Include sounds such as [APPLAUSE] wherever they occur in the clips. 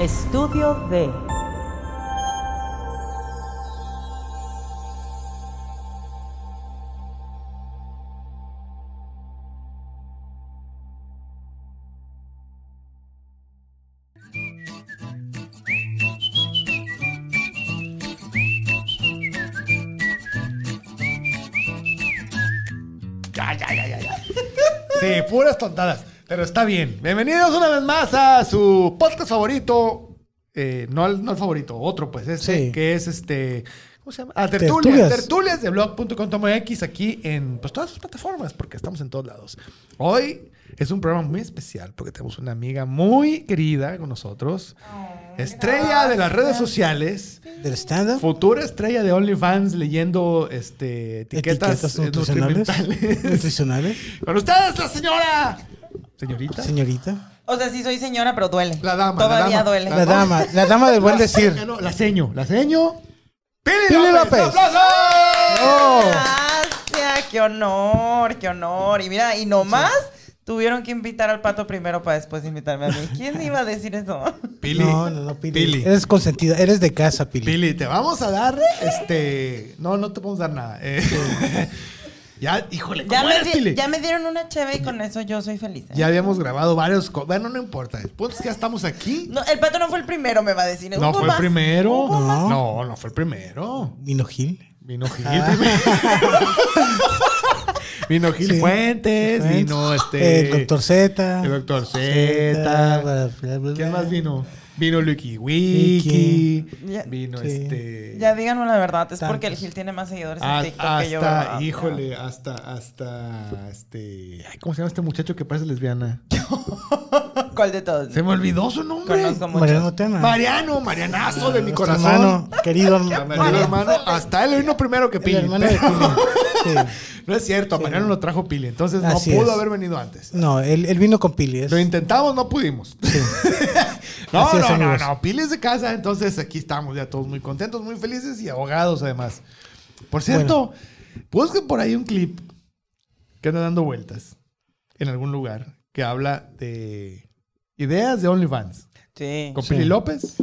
Estudio de Ya, ya, ya, ya, ya. Sí, puras tontadas. Pero está bien. Bienvenidos una vez más a su podcast favorito. Eh, no, el, no el favorito, otro, pues, este, Sí. que es este. ¿Cómo se llama? Ah, tertulias. Tertulias. Tertulias de blog.com.mx aquí en pues, todas sus plataformas, porque estamos en todos lados. Hoy es un programa muy especial porque tenemos una amiga muy querida con nosotros. Oh, Estrella de las redes sociales. ¿Del stand-up? Futura estrella de OnlyFans leyendo este, etiquetas, eh, nutricionales. nutrimentales. [LAUGHS] [LAUGHS] Nutricionales. Con ustedes, la señora. Señorita. Señorita. O sea, sí soy señora, pero duele. La dama, la Todavía dama, duele. La dama. La dama del buen decir. Ah, no, la seño. La seño. Pili, Pili López. López. ¡Un aplauso! ¡Oh! Gracias, qué honor, qué honor. Y mira, y nomás tuvieron que invitar al pato primero para después invitarme a mí. ¿Quién iba a decir [LAUGHS] eso? Pili. No, no, no, Pili. Pili. Eres consentida. Eres de casa, Pili. Pili, te vamos a dar este. No, no te podemos dar nada. Eh, [LAUGHS] ya, híjole, ¿cómo Ya me, eres, di- Pili? ya me dieron una cheve y con eso yo soy feliz. ¿eh? Ya habíamos grabado varios. co- Bueno, no importa. El punto es que ya estamos aquí. No, el pato no fue el primero, me va a decir. No Hubo fue el más. primero. Hubo más. No, no, fue el primero. Vino Gil. Vino Gil. Ah. primero. [LAUGHS] vino Gil Sí. Fuentes. Fuentes. Eh, Vino este. Eh, El doctor Z. El doctor Z. Pues ¿Quién más vino? Vino Lucky Wiki. Ya- Vino Sí. este. Ya díganme la verdad, es Tantos. porque el Gil tiene más seguidores a- en TikTok Ah, hasta, que yo. ah, ¿verdad? híjole, hasta, hasta, este, ay, ¿cómo se llama este muchacho que parece lesbiana? [LAUGHS] ¿Cuál de todos? Se me olvidó su nombre. Conozco muchos. Mariano Tena. Mariano, Marianazo de mi Nuestro corazón. Hermano, [LAUGHS] querido A hermano. Mariano, hermano, hasta él vino primero que El Pili. hermano de Pili. [LAUGHS] No es cierto, a Mariano lo trajo Pili, entonces no Así pudo es. haber venido antes. Sí. No, él, él vino con Pili. es- Lo intentamos, no pudimos. [LAUGHS] no, Así es, no, no, amigos. no, Pili es de casa, entonces aquí estamos ya todos muy contentos, muy felices y ahogados además. Por cierto, busquen por ahí un clip que anda dando vueltas en algún lugar que habla de ideas de OnlyFans Sí. con Sí. Pili López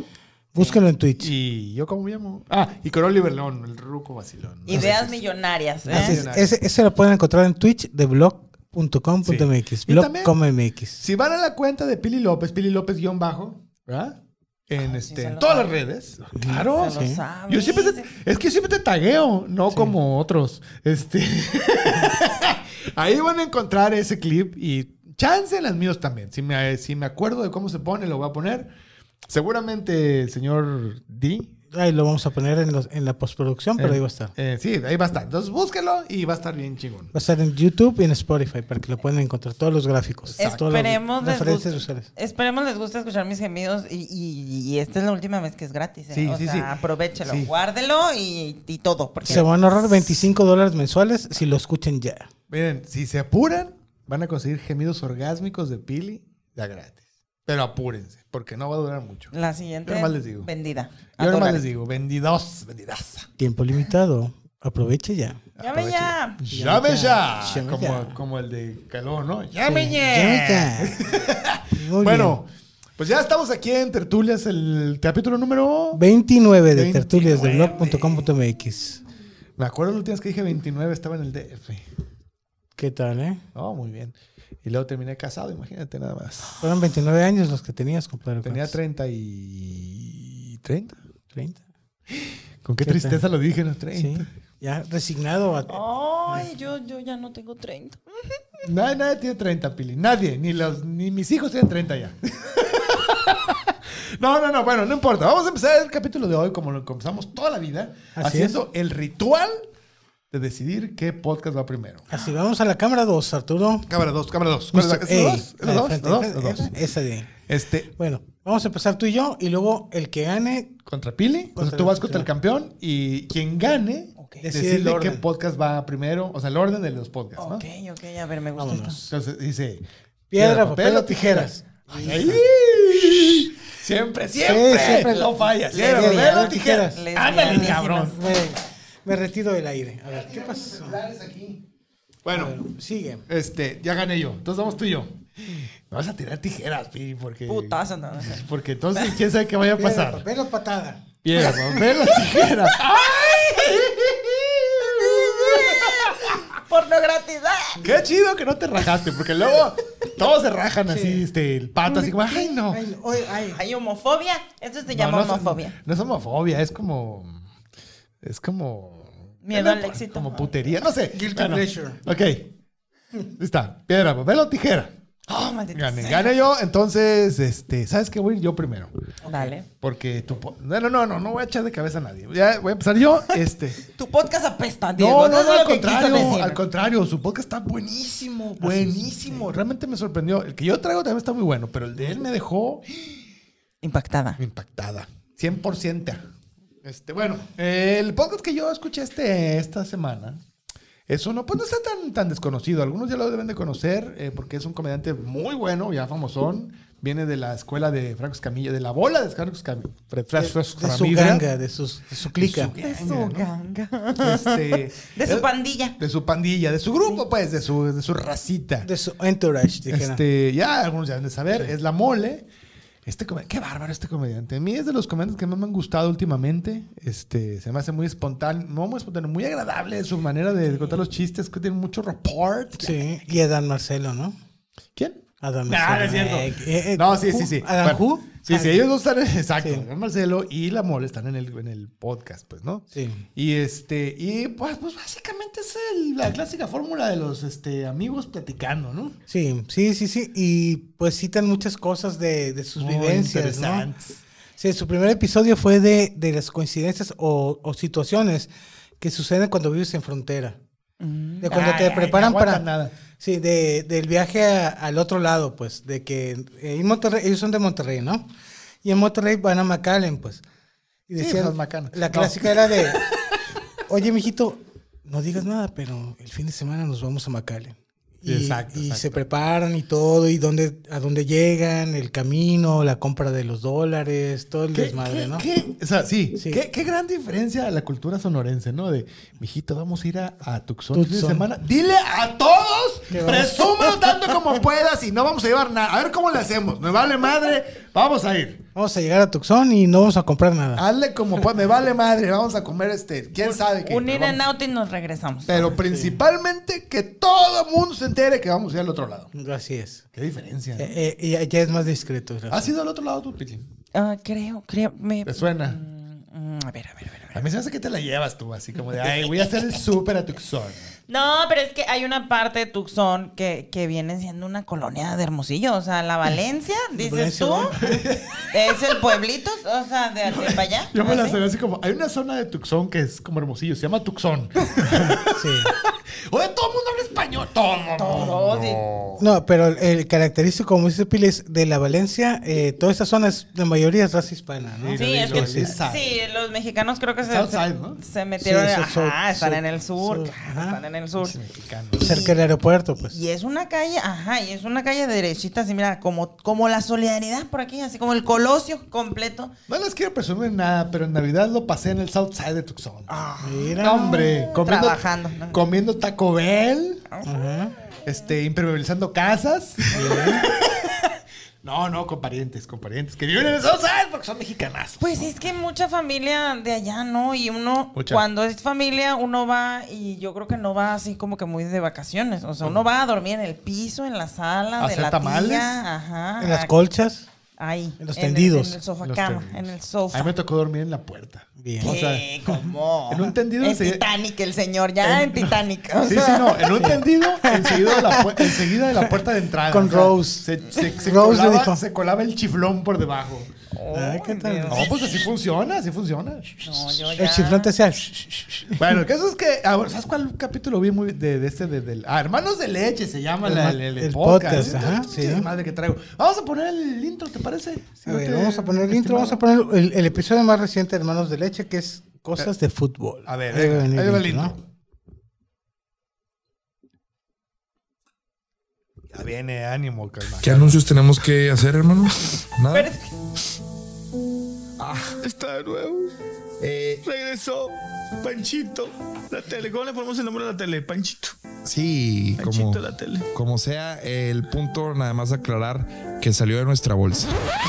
Búsquenlo en Twitch. y yo cómo me llamo. Ah, y con Oliver León, el ruco vacilón. ¿no? Ideas millonarias, ¿eh? Así es, Millonario. ese, ese lo pueden encontrar en Twitch de blog.com.mx. Y también- Blog.com.mx. Si van a la cuenta de Pili López, Pili López guión bajo, ¿verdad? En, Ah, este, se en lo todas sabe. las redes. Claro. Se lo sabe. Yo siempre te- es que yo siempre te tagueo, no como otros. Este. Ahí van a encontrar ese clip y chance en las míos también. Si me, si me acuerdo de cómo se pone, lo voy a poner. Seguramente el señor D. Ahí lo vamos a poner en, los- en la postproducción, pero eh, ahí va a estar. Va eh, sí, ahí va a estar. Entonces búsquelo y va a estar bien chingón. a estar en YouTube y en Spotify para que lo puedan encontrar todos los gráficos. Todas las Esperemos les, referencias guste, visuales. esperemos les guste escuchar mis gemidos y, y- y esta es la última vez que es gratis. ¿eh? Sí, o sí, sea, sí. aprovechelo, Sí. guárdelo y, y todo. Porque Se van a ahorrar 25 dólares mensuales si lo escuchen ya. Miren, si se apuran, van a conseguir gemidos orgásmicos de Pili ya gratis. Pero apúrense, porque no va a durar mucho. la siguiente Yo nomás les digo. vendida. a Yo nomás dólares. les digo, vendidos, vendidaza. Tiempo limitado. Aproveche ya. Llame ya. Pues Llame ya. Llame Como, ya. como el de Caló, ¿no? Sí, Llame llame ya. ya. Muy Bueno, pues ya estamos aquí en Tertulias, el capítulo número. bien. 29 de tertulias de 29. blog.com.mx. Me acuerdo la última vez que dije 29, estaba en el DF. ¿Qué tal, eh? Oh, muy bien. Y luego terminé casado, imagínate nada más. Fueron 29 años los que tenías, compadre. Tenía ¿Cuántos? 30 y. ¿30? 30. Con qué ¿Qué tal? tristeza lo dije, ¿no? 30. Sí. Ya resignado. a- Ay, yo, yo ya no tengo 30. Nadie, nadie tiene 30, Pili. Nadie. Ni, los, ni mis hijos tienen 30 ya. [LAUGHS] no, no, no. Bueno, no importa. Vamos a empezar el capítulo de hoy como lo comenzamos toda la vida. Así haciendo el ritual de decidir qué podcast va primero. Así, vamos a la cámara 2, Arturo. Cámara 2, cámara 2. ¿Cuál es la Mr. es A, la dos? ¿Es la la de dos? frente, ¿La dos? de ¿La frente, dos? Esa de ahí. Este, Bueno, vamos a empezar tú y yo y luego el que gane contra Pili. O sea, Contra- tú vas contra el campeón y quien gane Ok. Decide decide, el qué orden. podcast va primero. O sea, el orden de los podcasts, Ok, ¿no? ok, a ver, me gusta Vámonos. esto. Entonces dice... piedra, papel, o tijeras. Ay. Siempre, siempre. Sí, siempre. No falla. Le Siempre. di, Papel a o ver, tijeras. tijeras. Ándale, Lesbianísimas. cabrón. Me, me retiro del aire. A ver, ¿qué pasa? Bueno, Sigue. este, ya gané yo. Entonces vamos tú y yo. No vas a tirar tijeras, Pi, porque. Putazo, no, no [LAUGHS] sé. Porque entonces, quién sabe qué vaya a Piedra, pasar. papel o patada. Piedra, papel o tijeras. Porno gratis. ¡ah! Qué chido que no te rajaste, porque luego todos se rajan así, Sí. este, el pato, así como, ay, no. Ay, oye, ay. ¿Hay homofobia? Esto se llama No, no es- homofobia. No es homofobia, es como. Es como. Miedo al éxito. Como putería, no sé. Guilty pleasure. Ok. Está. Piedra, papel o tijera. Oh, maldito Gané, sea. gané yo. Entonces, este, ¿sabes qué? Voy a ir yo primero. Dale. Porque tu. po- No, no, no, no, no voy a echar de cabeza a nadie. Ya voy a empezar [LAUGHS] yo. Este. Tu podcast apesta, No, Diego. no, es no, lo al que quiso contrario, decir. Ah, al contrario, su podcast está buenísimo, buenísimo, realmente me sorprendió. El que yo traigo también está muy bueno, pero el de él me dejó Impactada. impactada, 100%. Este, bueno, el podcast que yo escuché este, esta semana es uno, pues no está tan, tan desconocido, algunos ya lo deben de conocer eh, porque es un comediante muy bueno, ya famosón, viene de la escuela de Franco Escamilla, de la bola de Franco Escamilla. De, de su ganga, de, sus, de su clica. De De su su ganga. [LAUGHS] Este, De su eh, pandilla. de su pandilla, de su grupo, pues, de su, de su racita. De su entourage, dijera. Este, ya algunos ya han de saber, es la mole. Este come- qué bárbaro este comediante. A mí es de los comediantes que más me han gustado últimamente. Este, se me hace muy espontáneo, no muy espontáneo, muy agradable su manera de contar los chistes, que tiene mucho rapport. Sí, y Adán Marcelo, ¿no? ¿Quién? Adán No, Ah, no Marcelo. es cierto. Eh, eh, eh, No, sí, ¿who? sí, sí. ¿Adán Bueno, Who? Sí, sí, Ah, ellos dos están, exacto, Sí. Marcelo y la mole están en el, en el podcast, pues, ¿no? Sí. Y este, y pues, pues básicamente es el- la clásica fórmula de los este, amigos platicando, ¿no? Sí, sí, sí, sí. Y pues citan muchas cosas de, de sus Muy vivencias, ¿no? interesantes. Sí, su primer episodio fue de, de las coincidencias o, o situaciones que suceden cuando vives en frontera. De cuando Ay, te ay, preparan no para... aguantan nada. Sí, de, del viaje a- al otro lado, pues, de que en Monterrey, ellos son de Monterrey, ¿no? Y en Monterrey van a McAllen, pues. Y Sí, pues, decían, los Macanos. la No. clásica era de, oye, mijito, no digas nada, pero el fin de semana nos vamos a McAllen. Y, Exacto, y exacto. se preparan y todo, y dónde, a dónde llegan, el camino, la compra de los dólares, todo el ¿Qué- desmadre, qué- ¿no? qué- o sea, sí, Sí. Qué, qué gran diferencia a la cultura sonorense, ¿no? De, mijito, vamos a ir a, a Tucson, el fin de Tucson. semana. Dile a todos, Que vamos. [LAUGHS] presúmelo tanto como puedas y no vamos a llevar nada. A ver cómo le hacemos. Me vale madre, vamos a ir. Vamos a llegar a Tucson y no vamos a comprar nada. Hazle como pueda, me vale madre, vamos a comer este, quién sabe qué. Un pero in and vamos. out y nos regresamos. Pero principalmente que todo el mundo se entere que vamos a ir al otro lado. Así es. Qué diferencia. ¿no? Eh, eh, ya, ya es más discreto. gracias. ¿Has ido al otro lado tú, Piti? Ah, creo, creo. Me... ¿Te suena? Mm, a ver, a ver, a ver. a ver. A mí se me hace que te la llevas tú, así como de, ay, voy a hacer el súper a Tucson. No, pero es que hay una parte de Tucson que, que viene siendo una colonia de Hermosillo. O sea, la [LAUGHS] Valencia, dices Valencia, tú, bueno. [LAUGHS] es el pueblito, o sea, de, de para allá. Yo me la así. sé así como, hay una zona de Tucson que es como hermosillo, se llama Tucson. Ah, Sí. [LAUGHS] Oye, todo el mundo habla español, todo el mundo. Todos, y- No, pero el- el característico, como dice Pili, es de la Valencia, eh, toda esta zona es, la mayoría es raza hispana, ¿no? Sí, Sí, es lo que del Southside. sí, los mexicanos creo que se, Southside, se- ¿no? se metieron Sí, en, es el ajá, sur- están en el sur- sur, sur, claro, ajá. están en el sur. Es mexicano. Cerca del aeropuerto, pues. Y es una calle, ajá, y es una calle derechita, así mira, como, como la solidaridad por aquí, así como el colosio completo. No les quiero presumir nada, pero en Navidad lo pasé en el South Side de Tucson. Mira. No, hombre, comiendo, Ah, Trabajando, ¿no? Ah. comiendo Taco Bell, Ajá. este, impermeabilizando [LAUGHS] casas. no, no, con parientes, con parientes que viven en el South Side porque son mexicanazos. Pues es que mucha familia de allá, ¿no? Y uno, Mucha. cuando es familia, uno va y yo creo que no va así como que muy de vacaciones. O sea, uno va a dormir en el piso, en la sala, ¿A de hacer la tamales? tía, ajá. En las a- colchas. Ahí. en los el- tendidos. En el sofá Los cama, terribles. en el sofá. A mí me tocó dormir en la puerta. Bien. ¿Qué? O sea, ¿Cómo? [LAUGHS] en un tendido En se- Titanic, el señor, ya en, Titanic. o [LAUGHS] Sí, sí, sea. [LAUGHS] no. En un tendido, enseguida de la, pu- enseguida de la puerta de entrada. Con Rose. Se, se- se Rose le colaba, dijo. se colaba el chiflón por debajo. Ay, ¿qué tal? Oh, Dios. No, pues así funciona, así funciona. No, yo ya. El chiflante sea. "Shh, shh, shh". Bueno, el caso es que, ah, bueno, ¿sabes cuál capítulo vi muy de, de este? De, del- ah, Hermanos de Leche se llama la- el, el El podcast. podcast, ajá, Pinche sí. madre que traigo. Vamos a poner el intro, ¿te parece? Si A no ver, te- vamos a poner el intro, Este, estimado. vamos a poner el, el episodio más reciente de Hermanos de Leche, que es Cosas de Fútbol. A ver, Ahí va a venga, venir ahí va el intro, intro. Ya viene ánimo, calma. ¿Qué anuncios tenemos que hacer, hermano? Nada. Pero es que- Está de nuevo. Eh, Regresó. Panchito. La tele. ¿Cómo le ponemos el nombre a la tele? Panchito. sí, como, Panchito la tele. como sea, el punto nada más aclarar que salió de nuestra bolsa.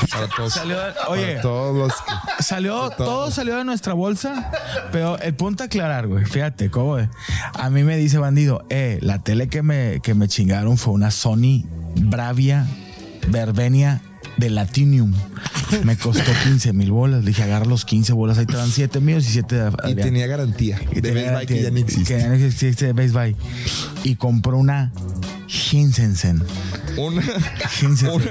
Para todos. Salió de- para oye. todos los que- Salió, De todo. todo. salió de nuestra bolsa, pero el punto a aclarar, güey. Fíjate, cómo es. A mí me dice bandido, eh, la tele que me, que me chingaron fue una Sony Bravia Verbenia de Latinium. Me costó 15 mil bolas. Le dije, agarra los 15 bolas, ahí te dan 7 míos y 7 de Y Adrián". tenía garantía. Y de tenía Best Buy que ya ni garantía- existe. Que ya no existe de Best Buy. Y compró una Hinsensen. Una. Hinsensen.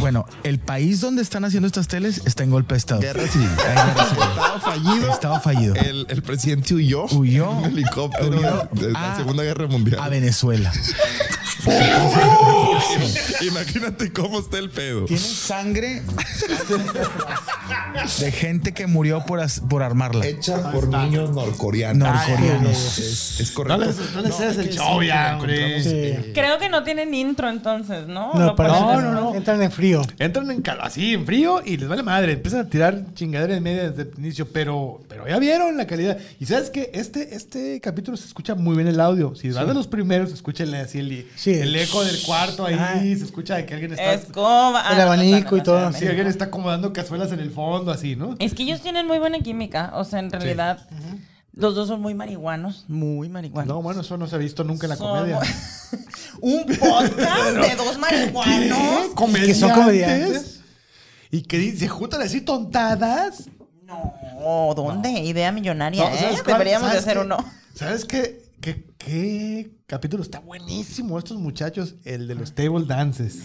Bueno, el país donde están haciendo estas teles está en golpe de estado. Guerra civil. Hay guerra civil. Estaba fallido. Estaba fallido. El, el presidente huyó. [LAUGHS] Huyó. en un helicóptero Huyó de, de la a- Segunda Guerra Mundial. A Venezuela. Imagínate cómo está el pedo. Tiene sangre de gente que murió por, as- por armarla. Hecha por niños norcoreanos. Norcoreanos. Es, es No correcto. les, no les hagas el show, ya, hombre. Creo que no tienen intro entonces, ¿no? No, Lo para- ponen no, no, no. Entran en frío. Entran en calor, así, en frío, y les vale madre. Empiezan a tirar chingadera en medio desde el inicio, pero, pero ya vieron la calidad. Y sabes que este, este capítulo se escucha muy bien el audio. Si vas de los primeros, escúchenle así el, Sí. el eco del cuarto ahí, Ah. se escucha de que alguien está. Escoba. Ah, El no, abanico y todo, espérame. Sí, alguien está acomodando cazuelas en el fondo, así, ¿no? Es que ellos tienen muy buena química. O sea, en realidad, los dos son muy marihuanos. Muy marihuanos. No, bueno, eso no se ha visto nunca en la Son- comedia. [LAUGHS] Un podcast de dos marihuanos. ¿Qué? ¿Comediantes? Que son comediantes. Y que di- se juntan así tontadas. No, ¿dónde? Idea millonaria, No, ¿eh? ¿sabes cuál? Deberíamos de ¿Sabes hacer qué? uno. ¿Sabes qué? ¿Qué, qué capítulo? Está buenísimo estos muchachos, el de los table dances.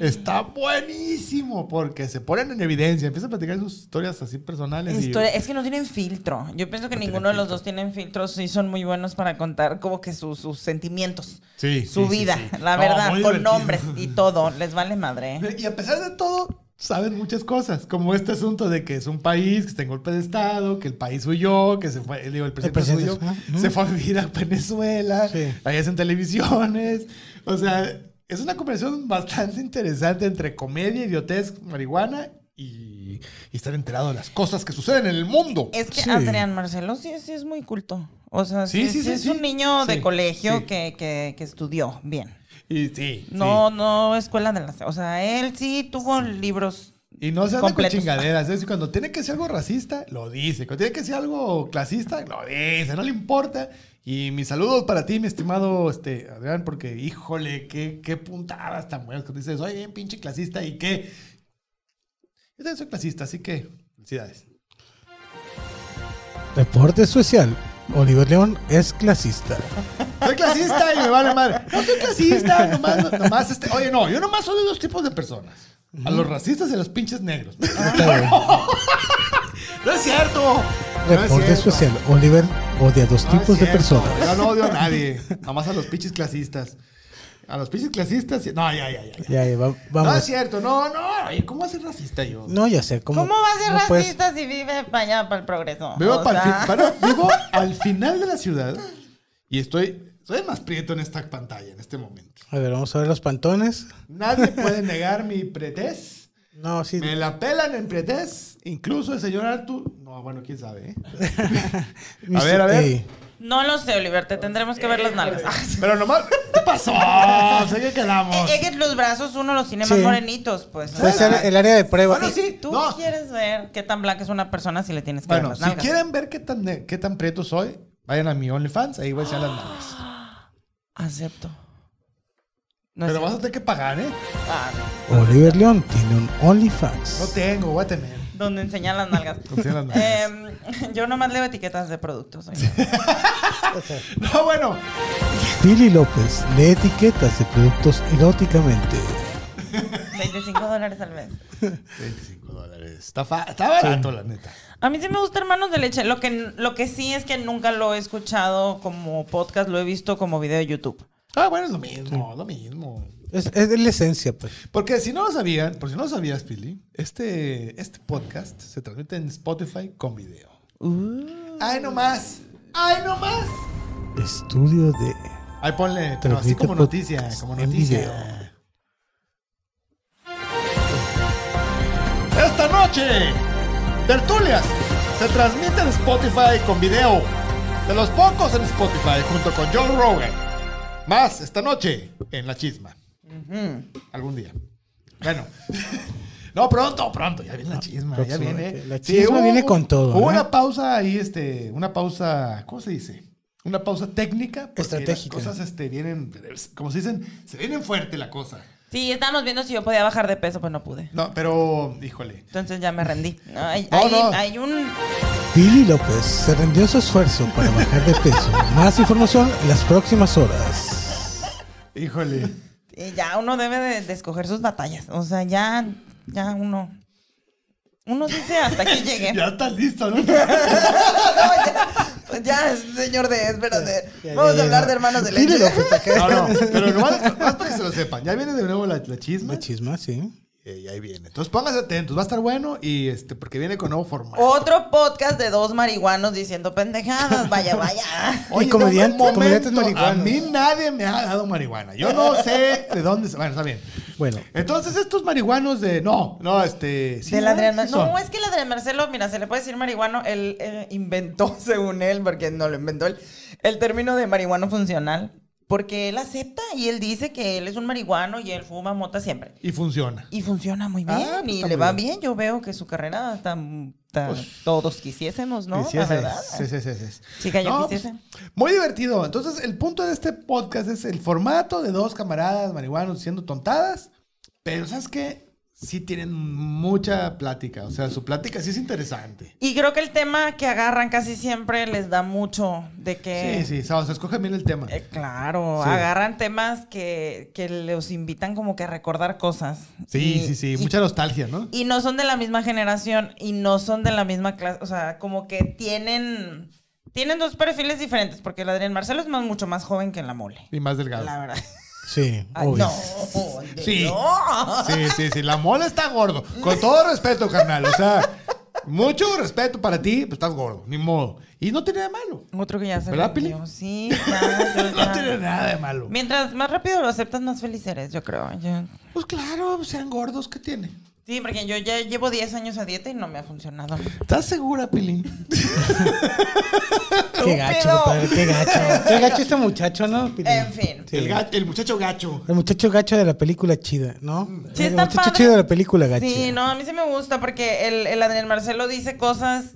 Está buenísimo porque se ponen en evidencia, empiezan a platicar sus historias así personales. y- Historia- es que no tienen filtro. Yo pienso que ninguno de los dos tienen filtros. Sí, son muy buenos para contar como que sus, sus sentimientos. Sí, Su sí, sí, vida, sí. la No, verdad, muy con divertido. nombres [LAUGHS] y todo. Les vale madre. ¿eh? Y a pesar de todo, saben muchas cosas, como este asunto de que es un país que está en golpe de Estado, que el país huyó, que se fue, digo, el presidente, presidente, huyó, ajá, ujú. se fue a vivir a Venezuela, Sí. ahí hacen televisiones. O sea, es una conversación bastante interesante entre comedia, idiotez, marihuana y, y estar enterado de las cosas que suceden en el mundo. Es que Sí. Adrián Marcelo sí, sí es muy culto. O sea, sí, Sí, sí, sí sí, es sí. un niño de Sí, colegio sí. que, que, que estudió bien. Y sí. No, no escuela de las... O sea, él sí tuvo libros Y no se anda con completos. chingaderas. Es decir, cuando tiene que ser algo racista, lo dice. Cuando tiene que ser algo clasista, lo dice. No le importa. Y mis saludos para ti, mi estimado este, Adrián, porque híjole, qué, qué puntadas tan buenas. Cuando dices, oye, pinche clasista, ¿y qué? Yo también soy clasista, así que felicidades. Reporte social. Oliver León es clasista. Soy clasista y me vale madre. No soy clasista, nomás, nomás este. Oye, no, yo nomás soy de dos tipos de personas: a los racistas y a los pinches negros. Está bien. ¡No es cierto! No es Reporte cierto. social. Oliver odia dos No es Ah, tipos de cierto, personas. Yo no odio a nadie. Nada más a los pinches clasistas. A los pinches clasistas. No, ya, ya, ya. ya. Ya, ya, va- No es vamos. cierto, no, no. Oye, ¿Cómo va a ser racista yo? No, ya sé. ¿Cómo, ¿Cómo va a ser no pues. puedes- racista si vive para allá, para el progreso? Vivo, O pa'l sea, fin- para- vivo al final de la ciudad y estoy. Soy el más prieto en esta pantalla en este momento. A ver, vamos a ver los pantones. Nadie puede negar mi pretez. No, sí. Me la pelan en pretez. Incluso el señor Artur. No, bueno, quién sabe. ¿eh? Mis- eh, a ver, a ver. Ey, No lo sé, Oliver, te tendremos que ver las nalgas. [LAUGHS] Pero nomás. ¿Qué pasó? O sea, ¿qué quedamos? Es que Eh, los brazos uno los tiene más Sí. morenitos, pues. o Puede sea, ser el área de prueba. Bueno, sí. Tú No. quieres ver qué tan blanca es una persona si le tienes que ver Bueno, las si nalgas. quieren ver qué tan, ne- qué tan prieto soy, vayan a mi OnlyFans, ahí voy a enseñar las nalgas. Acepto. No Pero es vas a tener que pagar, ¿eh? cierto. Ah, Oliver León tiene un No OnlyFans. tengo, voy a tener. donde enseñan las [LAUGHS] nalgas. [LAUGHS] Enseñan las nalgas. Em, yo nomás leo etiquetas de productos. oye. No, bueno. Billy López lee etiquetas de productos eróticamente. 25 dólares al mes. 25 dólares. Está, fa- está barato, la neta. A mí sí me gusta Hermanos de Leche. Lo que, lo que sí es que nunca lo he escuchado como podcast, lo he visto como video de YouTube. Ah, bueno, es lo mismo, lo mismo. Es, es de la esencia, pues. Porque si no lo sabían, por si no lo sabías, Pili, este, este podcast se transmite en Spotify con video. Uh. ¡Ay, no más! ¡Ay, no más! Estudio de. Ahí ponle, pero así Transmite como noticia, podcast como en noticia. video. Esto esta noche. Tertulias se transmite en Spotify con video. De los pocos en Spotify junto con Joe Rogan. Más esta noche en La Chisma. Algún día. Bueno. [LAUGHS] No, pronto, pronto. Ya viene la chisma. ya Próximo, viene. la chisma viene con todo, Hubo ¿eh? una pausa ahí, este, una pausa, ¿cómo se dice? Una pausa técnica. porque Estratégica. Las cosas este, vienen, como se dicen, se vienen fuerte la cosa. Sí, estábamos viendo si yo podía bajar de peso, pues no pude. No, pero, híjole. Entonces ya me rendí. Ay, hay, No, Oh, no. hay un. Billy López se rendió a su esfuerzo para bajar de peso. Más información en las próximas horas. Híjole. eh, Ya uno debe de, de escoger sus batallas. O sea, ya. Ya uno. Uno dice hasta aquí llegué. [LAUGHS] Ya está listo, ¿no? No, ya, pues ya, señor de. Espérate. Vamos a hablar de hermanos de Billy leche. [LAUGHS] López, acá. No, no, pero nomás, más para que se lo sepan. Ya viene de nuevo la, la chisma. La chisma, sí. Eh, y ahí viene. Entonces pónganse atentos, va a estar bueno y este, porque viene con nuevo formato. Otro podcast de dos marihuanos diciendo pendejadas. Vaya, vaya. Y comediante- en un comediantes a marihuanos. mí nadie me ha dado marihuana. Yo no sé de dónde se. Bueno, está bien. Bueno. Entonces, estos marihuanos de. No, no, este. ¿sí, Del no? Adrián ¿Sí Mar- son? No, es que el Adrián Marcelo, mira, se le puede decir marihuano. Él eh, inventó, [LAUGHS] según él, porque no lo inventó él, el término de marihuano funcional. Porque él acepta y él dice que él es un marihuano y él fuma mota siempre. Y funciona. Y funciona muy bien Ah, pues y está le muy va bien. bien. Yo veo que su carrera está. está- todos quisiésemos, ¿no? Sí, La sí, verdad. sí, sí, sí, sí. Chica, yo No, quisiese. pues, muy divertido. Entonces, el punto de este podcast es el formato de dos camaradas marihuanos diciendo tontadas, pero ¿sabes qué? Sí tienen mucha plática. O sea, su plática sí es interesante. Y creo que el tema que agarran casi siempre les da mucho de que. Sí, sí, o sea, o sea, escoge bien el tema. Eh, claro, Sí. agarran temas que, que los invitan como que a recordar cosas. Sí, Y- sí, sí, y- mucha nostalgia, ¿no? Y no son de la misma generación y no son de la misma clase. O sea, como que tienen. Tienen dos perfiles diferentes, porque el Adrián Marcelo es más, mucho más joven que en la mole. Y más delgado. La [LAUGHS] verdad. Sí, Ay, obvio. no. Sí. no. Sí, sí, sí, la mola está gordo. Con todo respeto, carnal. O sea, mucho respeto para ti, pues estás gordo, ni modo. Y no tiene nada de malo. Otro que ya se ¿Verdad, rindió. Pili? Sí, ya, yo ya. [LAUGHS] No tiene nada de malo. Mientras más rápido lo aceptas, más feliz eres, yo creo. Yo- Pues claro, sean gordos, ¿qué tiene? Sí, porque yo ya llevo 10 años a dieta y no me ha funcionado. ¿Estás segura, Pilín? Qué gacho, Estúpido. compadre, [LAUGHS] qué gacho. Qué gacho este muchacho, ¿no? En fin. Sí. El, gacho- el muchacho gacho. El muchacho gacho de la película chida, ¿no? Sí, el está muchacho padre. chido de la película gacha. Sí, no, a mí sí me gusta porque el, el Adrián Marcelo dice cosas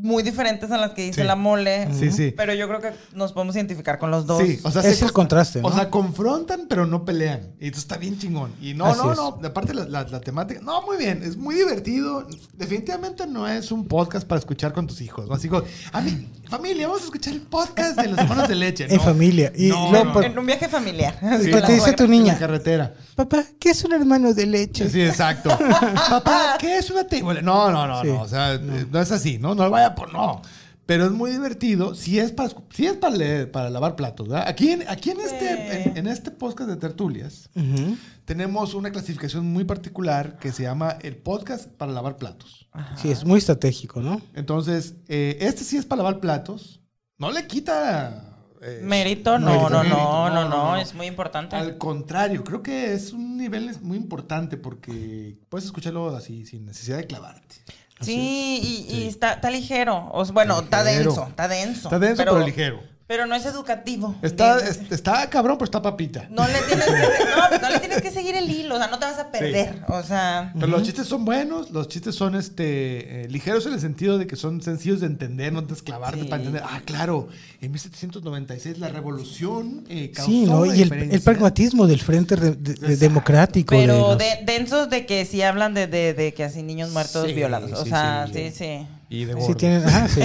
muy diferentes a las que dice Sí. la mole. Sí, sí. Pero yo creo que nos podemos identificar con los dos. Sí, o sea, Es se el cons- contraste, ¿no? O sea, confrontan, pero no pelean. Y esto está bien chingón. Y no, Así no, es. no. Aparte, la, la- la temática. No, muy bien. Es muy divertido. Definitivamente no es un podcast para escuchar con tus hijos. Así como, a mí, familia, vamos a escuchar el podcast de los hermanos de leche. [LAUGHS] En No. familia. Y No, luego no, por- en un viaje familiar. Sí. Con ¿Qué la te dice suegra. tu En niña? la carretera. Papá, ¿qué es un hermano de leche? Sí, exacto. Papá, ¿qué es una teibolera? No, no, no, Sí. no. O sea, eh, no. es así, ¿no? No vaya por no. Pero es muy divertido. Si es para, si es para, leer, para lavar platos, ¿verdad? Aquí, en, aquí en, este, Sí. en, en este podcast de tertulias Ujú. tenemos una clasificación muy particular que se llama el podcast para lavar platos. Sí, es muy estratégico, ¿no? Entonces, eh, este sí es para lavar platos. No le quita... eh, Mérito, no, no, no, mérito, no, no, es muy importante. al contrario, creo que es un nivel es muy importante porque puedes escucharlo así sin necesidad de clavarte. Sí, y, y Está, está ligero. O, s- bueno, está Ligero. denso, está denso. Está denso, pero ligero. Pero no es educativo. Está, Dices, es- está cabrón, pero está papita. No le, tienes que, no, no le tienes que seguir el hilo, o sea, no te vas a perder. O sea, Pero los chistes son buenos, los chistes son este eh, ligeros en el sentido de que son sencillos de entender, no te es clavarte Sí. para entender. Ah, claro, en 1796 la revolución eh, causó Sí, ¿no? la Y el, diferencia. el pragmatismo del Frente de- de- de- Democrático. de Pero los- de- densos de que sí hablan de, de, de que así niños muertos Sí, violados. O sí, sea, sí, sí. sí. Y de Sí, gordo. tienen... Ajá, [LAUGHS] sí.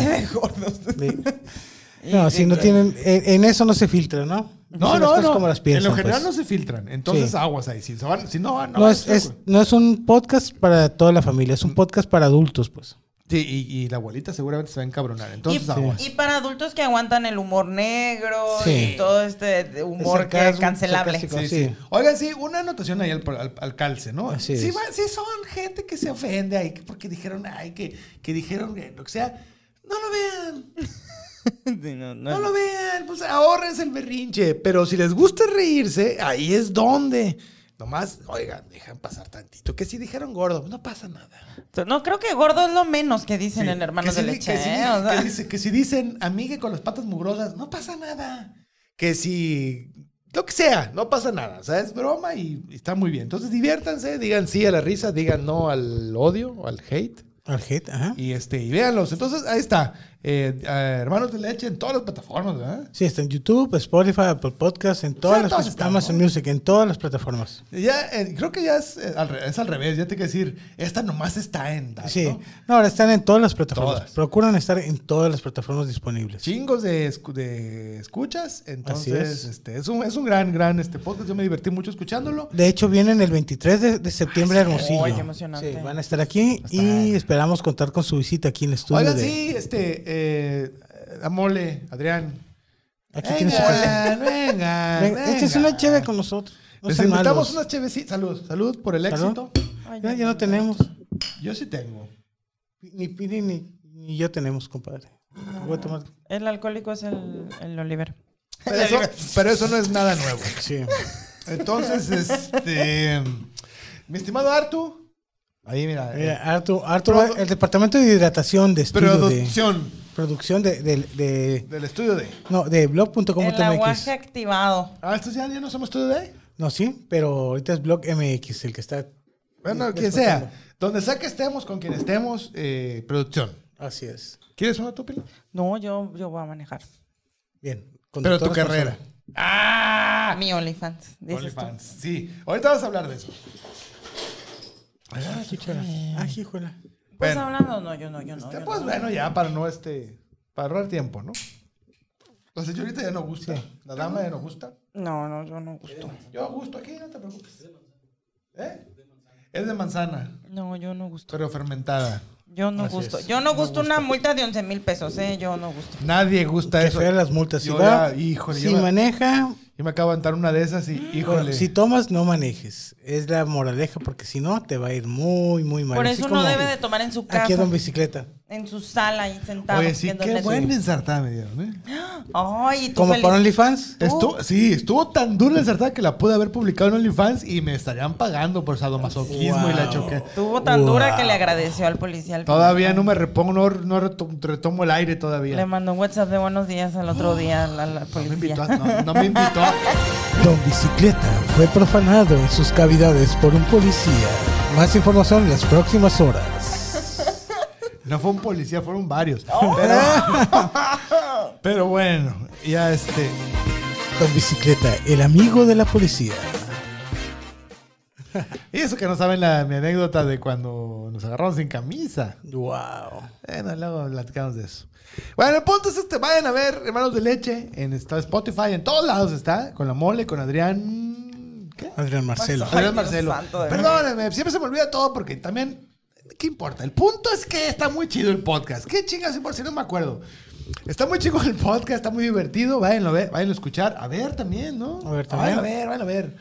De- No, si no tienen... En, en eso no se filtra, ¿no? No, Son las no, cosas no. Como las piensan, en lo general pues. no se filtran. Entonces Sí. aguas ahí. Si, se van- si no van, no, No, es, es- no es un podcast para toda la familia, es un podcast para adultos, pues. Sí, y, y la abuelita seguramente se va a encabronar. Entonces y, aguas. y para adultos que aguantan el humor negro Sí. y todo este de humor que es sarcasmo, cancelable. sarcástico. Sí, Sí. sí. Oigan, sí, una anotación ahí al, al- al calce, ¿no? Así sí, es. va- sí son gente que se ofende ahí que- porque dijeron, ay, que, que dijeron eh, lo que sea. No lo vean, [LAUGHS] Sí, no, no no es- lo vean, pues ahorrense el berrinche. Pero si les gusta reírse, ahí es donde. Nomás, oigan, dejan pasar tantito. Que si dijeron gordo, pues, no pasa nada. No, creo que gordo es lo menos que dicen Sí. en Hermanos Que de si- Leche, que si- ¿eh? O sea, que, dice- que si dicen amigue con las patas mugrosas, no pasa nada. Que si lo que sea, no pasa nada. O sea, es broma y, y está muy bien. Entonces diviértanse, digan sí a la risa, digan no al odio o al hate. Al hate, ajá. Y este, y véanlos. Entonces, ahí está. Eh, eh, Hermanos de Leche en todas las plataformas, ¿verdad? Sí, está en YouTube, Spotify, Apple Podcast, en todas Sí, en las todas plataformas, estamos. Amazon Music, en todas las plataformas. Ya, eh, creo que ya es, eh, al re- es al revés. Ya te que decir, esta nomás está en. tal, Sí. ¿no? No, ahora están en todas las plataformas. Todas. Procuran estar en todas las plataformas disponibles. Chingos de, escu- de escuchas. Entonces, es. este, es un, es un gran, gran este podcast. Yo me divertí mucho escuchándolo. De hecho, vienen el 23 de, de septiembre a Hermosillo. Ay, qué emocionante. Sí, van a estar aquí y esperamos contar con su visita aquí en el estudio. Oigan, de- sí, este, eh, Amole, Adrián. Aquí tiene su casa. Vengan, [LAUGHS] vengan, Venga, échense una vengan. chévere con nosotros. No Les sean invitamos malos. unas chevecitas. Salud, salud por el Salud. éxito. Ay, Ya, Dios ya no mío. tenemos. Yo sí [LAUGHS] tengo. Ni Pini ni, ni yo tenemos, compadre. Ah. Voy a tomar. El alcohólico es el, el Oliver. Pero eso, pero eso no es nada nuevo. Sí. Entonces, [LAUGHS] este. Mi estimado Artu. Ahí, mira. eh, Mira, Arthur, Arthur, el departamento de hidratación de estudio de producción producción de, de, de- del estudio D. no, de blog.com.mx. El aguaje activado. Ah, estos ya, ya no somos estudio D. No, sí, pero ahorita es blog MX el que está Bueno, quien sea. Donde sea que estemos, con quien estemos, eh, producción. así es. ¿Quieres una tú, Pilo? No, yo, yo voy a manejar. Bien. Pero tu Conductoras carrera. A mi OnlyFans. dices tú. OnlyFans. Sí. Ahorita vas a hablar de eso. personas. Ah, jijuela. Ah, jijuela. Pues Bueno. hablando, no, yo no, yo no. Este, yo pues no. bueno, ya para no este. Para ahorrar tiempo, ¿no? La señorita ya no gusta. La dama ya no gusta. No, no, yo no gusto. Yo gusto aquí, no te preocupes. ¿Eh? Es de manzana, No, yo no gusto. pero fermentada. Yo no gusto. Yo no gusto una multa de 11 mil pesos, ¿eh? Yo no gusto. Nadie gusta Que eso. fea las multas. Si, Yo va, ya, híjole, si yo, me, maneja, yo me acabo de aventar una de esas y, híjole. bueno, si tomas, no manejes. Es la moraleja, porque si no, te va a ir muy, muy mal. Por Así eso como no debe de tomar en su casa. Aquí en bicicleta. En su sala, ahí sentado. Oye, sí, viendo qué Netflix. buen ensartada me dieron, ¿eh? Ay, tú Como feliz. para OnlyFans. Estuvo, sí, estuvo tan dura la ensartada que la pude haber publicado en OnlyFans y me estarían pagando por sadomasoquismo y la Wow. choque. Estuvo tan dura que le agradeció al policía. al Todavía no me repongo, no, no reto- retomo el aire final. Le todavía. mandó un WhatsApp de buenos días al [GASPS] otro día al al No me policía. invitó, [LAUGHS] a- no, no me invitó. a- Don Bicicleta fue profanado en sus cavidades por un policía. Más información en las próximas horas. No fue un policía, fueron varios. Pero, pero [LAUGHS] bueno, ya este. Don Bicicleta, el amigo de la policía. Y eso que no saben la, mi anécdota de cuando nos agarraron sin camisa. Wow. Bueno, luego platicamos de eso. Bueno, el punto es este. Vayan a ver Hermanos de Leche. En está Spotify, en todos lados está. Con la mole, con Adrián... ¿Qué? Adrián Marcelo. Ay, Adrián Dios Marcelo. santo de mí. Perdónenme, siempre se me olvida todo porque también... ¿Qué importa? El punto es que está muy chido el podcast. ¿Qué chingas? Por si no me acuerdo. Está muy chido el podcast, está muy divertido. Váyanlo a ver, váyanlo a escuchar. A ver también, ¿no? A ver también. Vayan a ver, vayan a ver.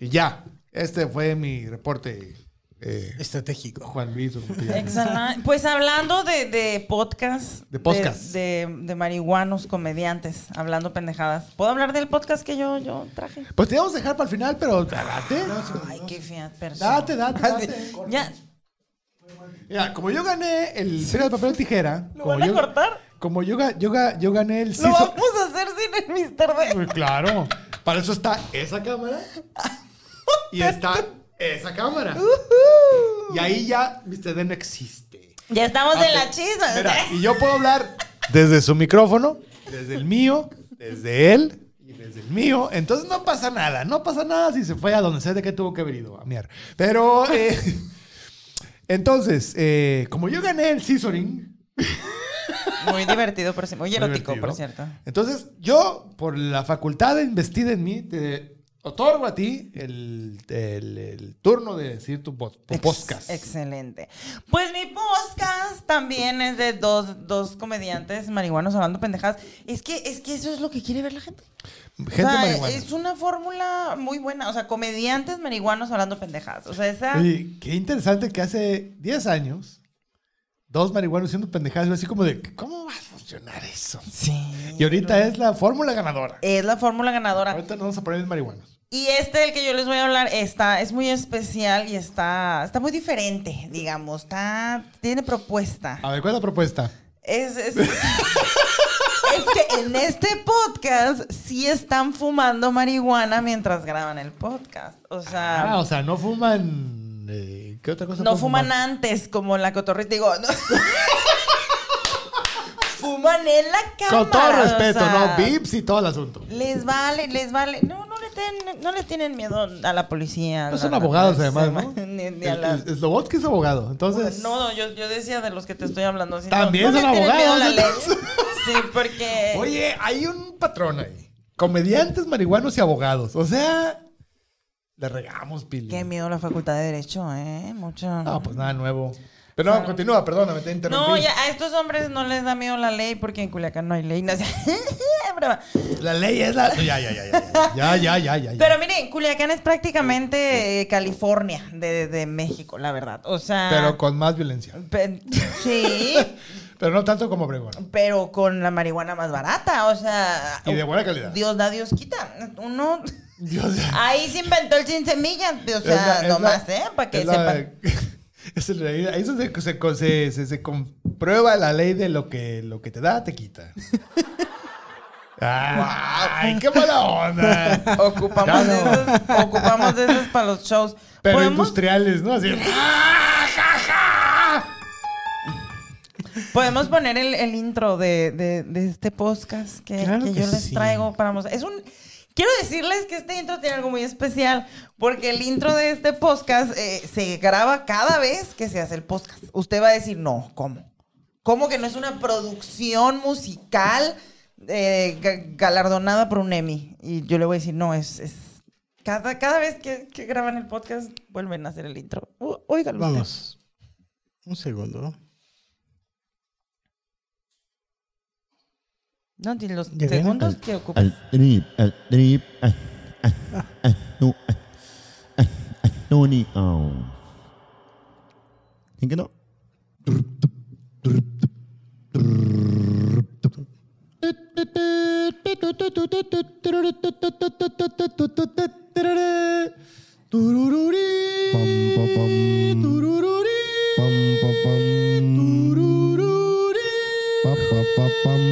Y ya. Este fue mi reporte. eh, Estratégico. Juan Luis. o como te llames. Excelente. Pues hablando de, de podcast. De podcast. De, de- de marihuanos, comediantes, hablando pendejadas. ¿Puedo hablar del podcast que yo, yo traje? Pues te íbamos a dejar para el final, pero date. Ay, qué fea persona. Date, date, date. Ya, Mira, como yo gané el serio de papel o tijera. ¿Lo como van a yo- cortar? Como yo, ga- yo, ga- yo gané el lo CISO. vamos a hacer sin el Mr. D. Pues claro. Para eso está [LAUGHS] esa cámara. Y está esa cámara. Y ahí ya Mr. D no existe. Ya estamos en la Ah, Mira, chisma. y yo puedo hablar desde su micrófono, desde el mío, desde él y desde el mío. Entonces no pasa nada, no pasa nada si se fue a donde sea de que tuvo que haber ido a miar. Pero eh, [LAUGHS] entonces, eh, como yo gané el Cisoring, [LAUGHS] Muy divertido, por cierto. Muy erótico, divertido. por cierto. Entonces, yo, por la facultad investida en mí, te otorgo a ti el, el- el turno de decir tu, po- tu Ex- podcast. Excelente. Pues mi podcast también es de dos, dos comediantes marihuanos hablando pendejadas. Es que, es que eso es lo que quiere ver la gente. Gente o sea, marihuana. es una fórmula muy buena. O sea, comediantes marihuanos hablando pendejadas. O sea, esa. Oye, qué interesante que hace 10 años, dos marihuanos siendo pendejadas, yo así como de, ¿cómo va a funcionar eso? Sí. Eh, Y ahorita es la fórmula ganadora. Es la fórmula ganadora. ah. Ahorita no vamos a poner marihuanos. Y este del que yo les voy a hablar está, es muy especial y está, está muy diferente, digamos. Está, tiene propuesta. A ver, ¿cuál es la propuesta? Es, es- [LAUGHS] es que en este podcast sí están fumando marihuana mientras graban el podcast. O sea, Ah, o sea, no fuman. eh, ¿Qué otra cosa? no pueden fuman fumar? antes como la cotorrita. Digo, no. [LAUGHS] fuman en la cámara. Con todo o respeto, sea, ¿no? Vips y todo el asunto. Les vale, les vale. No, no le, ten- no le tienen miedo a la policía. No la- Pues son la- abogados, la- además, ¿no? [LAUGHS] Ni- ni a El- la- el- Slobodsky es abogado, entonces. No, no, yo, yo decía de los que te estoy hablando. así, no- También no son le tienen miedo a la [LAUGHS] abogados, ley. Sí, porque... Oye, hay un patrón ahí. Comediantes, marihuanos y abogados. O sea, le regamos, Pili. Qué miedo la facultad de Derecho, ¿eh? Mucho. No, pues nada nuevo. Pero no, continúa, perdóname, te interrumpí. No, ya, a estos hombres no les da miedo la ley porque en Culiacán no hay ley. No sé. [LAUGHS] Es broma. La ley es la. Ya, ya, ya, ya. Ya, ya, ya, ya. ya, ya. Pero miren, Culiacán es prácticamente eh, California de, de México, la verdad. O sea... Pero con más violencia. pe- [LAUGHS] sí, Pero no tanto como Obregón. pero con la marihuana más barata, o sea... Y de buena calidad. Dios da, Dios quita. Uno... Dios. Ahí se inventó el sin semillas, o Es la- sea, es la- nomás, ¿eh? Para que es la- [LAUGHS] sepan. es el- ahí se, se- se- se- se comprueba la ley de lo que, lo que te da, [LAUGHS] te quita. ¡Ay, qué mala onda! Ocupamos, Ya no. de esos, ocupamos de esos para los shows. Pero ¿Podemos, industriales, ¿no? Así. ¡ah, ja, ja! podemos poner el, el intro de, de- de este podcast que, Claro que que yo les sí. traigo para mostrar. Es un. Quiero decirles que este intro tiene algo muy especial, porque el intro de este podcast eh, se graba cada vez que se hace el podcast. Usted va a decir, no, ¿cómo? ¿Cómo que no es una producción musical eh, ga- galardonada por un Emmy? Y yo le voy a decir, no, es... es cada, cada vez que, que graban el podcast vuelven a hacer el intro. Ó- Óigalo usted. Vamos. Un segundo. No, ni los Llegué, ¿no? segundos que ocupas. al trip, al trip, al, al, al, no, al, al, al, no, ni, au. ¿Sí que no? Pam, pam, pam. Pam, pam, pam. Pa, pa, pa, pam.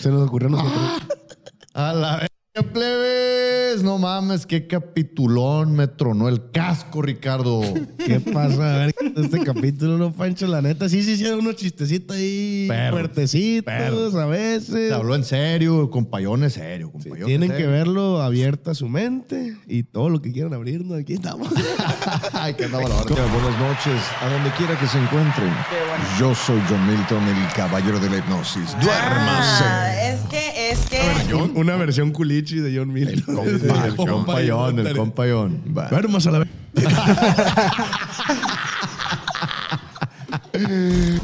Se nos ocurrió a nosotros. [LAUGHS] A la verga, plebes. No mames, qué capitulón me tronó el casco, Ricardo. [LAUGHS] ¿Qué pasa? A ver, este capítulo, no, Pancho, la neta. Sí, sí, hicieron unos chistecitos ahí Perros, fuertecitos perros. a Se veces. habló en serio, compayón en serio, compayón. Tienen en que serio. verlo abierta su mente y todo lo que quieran abrirnos. Aquí [LAUGHS] estamos. Ay, qué andaba la barca. Buenas noches, a donde quiera que se encuentren. Yo soy John Milton, el caballero de la hipnosis. Ah, Duérmase. es que, es que... Una versión culichi de John Miller. El compa- el compayón, el compayón. Va. Duermas a la vez.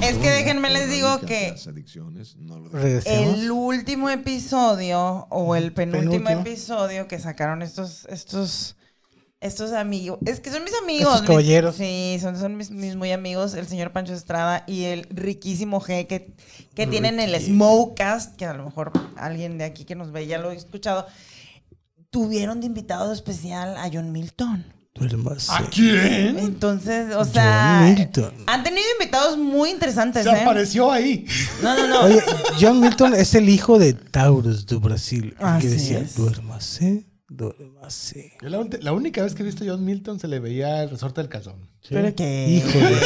Es que déjenme les digo que Las adicciones no lo Regresemos. el último episodio o el penúltimo Penúltimo. episodio que sacaron estos, estos, estos amigos. Es que son mis amigos. Estos mis- caballeros. sí, son, son mis, mis muy amigos, el señor Pancho Estrada y el riquísimo G que, que tienen el Smokecast, que a lo mejor alguien de aquí que nos ve ya lo ha escuchado. Tuvieron de invitado especial a John Milton. Duérmase. ¿A quién? Entonces, o sea, Milton. han tenido invitados muy interesantes, Se ¿eh? apareció ahí. No, no, no. Oye, John Milton es el hijo de Taurus do Brasil. Así que decía, es. duérmase, duérmase. Yo la, unte- la única vez que he visto a John Milton se le veía el resorte del calzón. Pero qué. Híjole.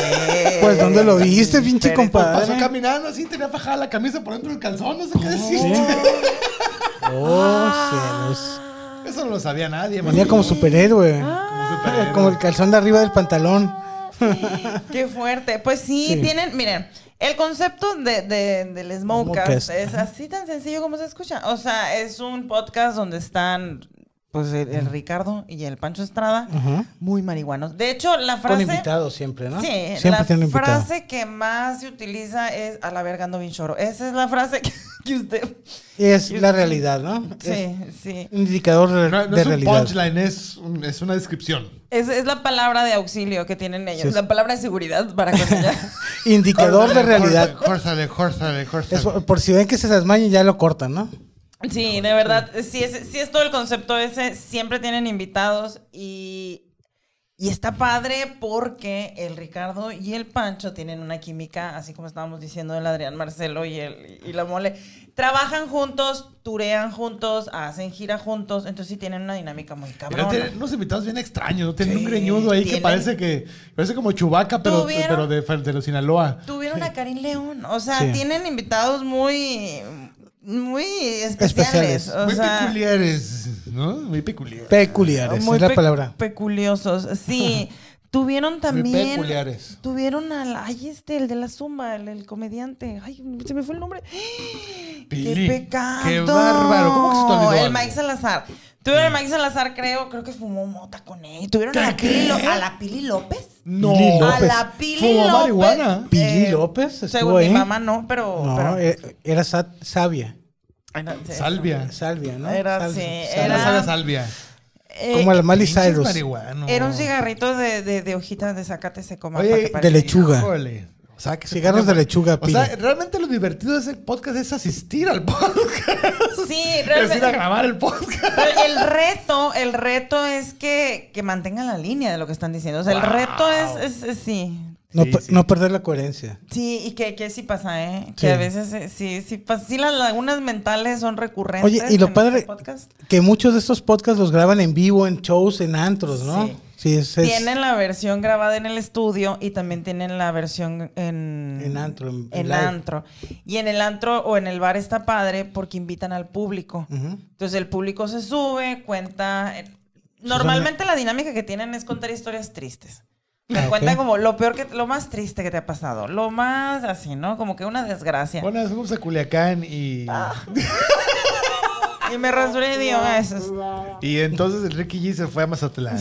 Pues, ¿dónde lo viste, pinche Pero- compadre? Pasó caminando así, tenía fajada la camisa por dentro del calzón, no sé qué decir. Oh, se Eso no lo sabía nadie. nos- más Venía que- como superhéroe. Ah. superhéroe. Como el calzón de arriba del pantalón. Qué fuerte. Pues sí, Sí. tienen, miren, el concepto de, de- del Smokecast Smokecast, es así tan sencillo como se escucha. O sea, es un podcast donde están, pues, el, el Ricardo y el Pancho Estrada, muy marihuanos. De hecho, la Con frase... invitados siempre, ¿no? Sí, siempre la tiene un invitado. frase que más se utiliza es a la verga ando bien choro. Esa es la frase [LAUGHS] que, que usted... Y es la realidad, ¿no? Es Sí, sí. un indicador No, de, no de es un realidad. punchline, es, un- es una descripción. Es, es la palabra de auxilio que tienen ellos, Sí, es- la palabra de seguridad para cuando ya... Indicador de realidad. Jórsale, jórsale, Es jórsale. por, por si ven que se desmaña, ya lo cortan, ¿no? Sí, de verdad, sí es, sí es todo el concepto ese, siempre tienen invitados y, y está padre porque el Ricardo y el Pancho tienen una química, así como estábamos diciendo el Adrián Marcelo y, el, y la Mole, trabajan juntos, turean juntos, hacen gira juntos, entonces sí tienen una dinámica muy Mira, cabrona. tienen unos invitados bien extraños, ¿no? Tienen Sí, un greñudo ahí que tienen- parece que parece como Chubaca, pero, ¿Tuvieron? pero de, de los Sinaloa. Tuvieron a Karim León, o sea, Sí. tienen invitados muy, muy especiales. Especiales, o Muy sea, peculiares, ¿no? Muy peculiares. Peculiares, Muy es la pe- palabra. Peculiosos, [LAUGHS] sí. Tuvieron también. peculiares. Tuvieron al. Ay, este, el de la Zumba, el, el comediante. Ay, se me fue el nombre. [GASPS] Pili, ¡Qué pecado! qué bárbaro. ¿Cómo que se te olvidó El algo? Mike Salazar. Tuvieron al Mike Salazar, creo. Creo que fumó mota con él. Tuvieron a la, Pili, Lo- a la Pili López. No. Pili A López. la Pili Fumó López. Eh, marihuana. Pili López estuvo Según ahí. mi mamá, no, pero. No, pero- e- era sa- sabia. era- sí, eh, Salvia. Salvia, ¿no? Era, Sal- sí, sal- Era Era- saga salvia. eh, Como el Miley Pinches Cyrus. marihuanos. Era un cigarrito de, de, de hojitas de zacate seco. más para que Oye, parezca. de lechuga. Híjole. O sea, que se Cigarros pone- de lechuga, O sea, eh, Pili. realmente lo divertido es el podcast es asistir al podcast. [LAUGHS] [LAUGHS] Sí, Es ir a realmente. grabar el podcast. Pero el reto, el reto es que, que mantengan la línea de lo que están diciendo. O sea, el reto es, es- es- sí. No, per- no perder la coherencia. Sí, y que, que sí pasa, ¿eh? Sí. Que a veces eh, sí, sí pasa. Sí, las lagunas mentales son recurrentes. Oye, y lo en padre- este podcast. Que muchos de estos podcasts los graban en vivo, en shows, en antros, ¿no? Sí. Sí, es, es- Tienen la versión grabada en el estudio y también tienen la versión en... En antro, en- En, en live. antro. Y en el antro o en el bar está padre porque invitan al público. Ujú. Entonces el público se sube, cuenta... eh, Normalmente la dinámica que tienen es contar historias tristes. Me Ah, ok. cuentan como lo peor que... Lo más triste que te ha pasado. Lo más así, ¿no? Como que una desgracia. Bueno, nos fuimos a Culiacán y. Y me rasuré y digo, "Ah, eso es... Y entonces el Ricky G se fue a Mazatlán.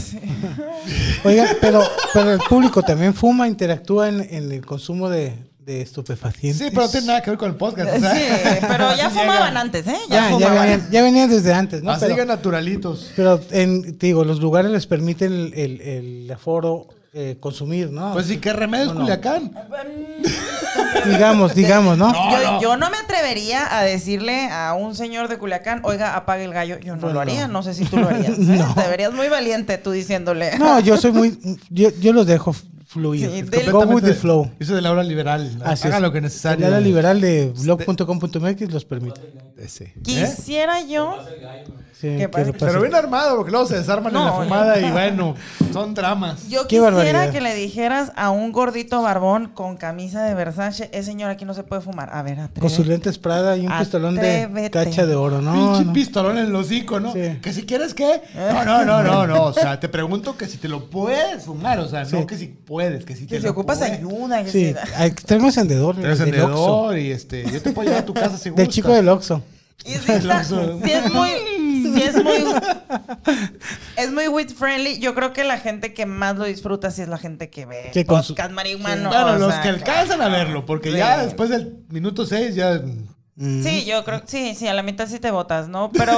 Oigan, pero, pero el público también fuma, interactúa en, en el consumo de, de estupefacientes. Sí, pero no tiene nada que ver con el podcast. o sea. Sí, pero ya [LAUGHS] Sí fumaban llegan. antes, ¿eh? Ya, Ya, ya, fumaban. venían, ya venían desde antes, ¿no? Así Pero, llegan naturalitos. pero en, te digo, los lugares les permiten el, el- el aforo eh, consumir, ¿no? Pues sí, qué remedio es Bueno. Culiacán. digamos, digamos, ¿no? yo, yo no. me atrevería a decirle a un señor de Culiacán, oiga, apague el gallo. Yo no Pues lo no. haría, no sé si tú lo harías. ¿eh? No. Te verías muy valiente tú diciéndole. No, yo soy muy. Yo, yo los dejo fluir. Sí, Es del- Go with the Completamente- flow. Eso de la hora liberal. ¿no? Así Haga es. lo que necesario. La liberal de blog.com.mx los permite. Sí. ¿Eh? [LAUGHS] Quisiera yo. Sí, Qué que padre. lo pasen. Pero bien armado, porque luego se desarman en No, la fumada y bueno, son dramas. Yo Qué quisiera barbaridad. que le dijeras a un gordito barbón con camisa de Versace, eh, señor, aquí no se puede fumar. A ver, Con sus atrévete. lentes Prada y un pistolón de Eh, Atrévete. cacha de oro, ¿no? Pinche no. pistolón en el hocico, ¿no? Sí. ¿Eh? Que si quieres qué. No, no, no, no, no. O [LAUGHS] sea, te pregunto que si te lo puedes fumar. O sea, Sí. no que si puedes, que si te Que si lo ocupas puedes. ayuda. que Sí, si- hay- traigo encendedor. Traes del Oxxo. encendedor y este, yo te puedo llevar a tu casa si Del gustas. chico del Oxxo. Y [LAUGHS] sí, está- sí es muy, sí es muy, es muy weed friendly. Yo creo que la gente que más lo disfruta sí es la gente que ve Que con su- podcast marihuano. bueno, o los sea, que alcanzan a verlo, porque Sí. ya después del minuto 6 ya... mm, Sí, yo creo, sí, sí, a la mitad sí te botas, ¿no? [LAUGHS] Pero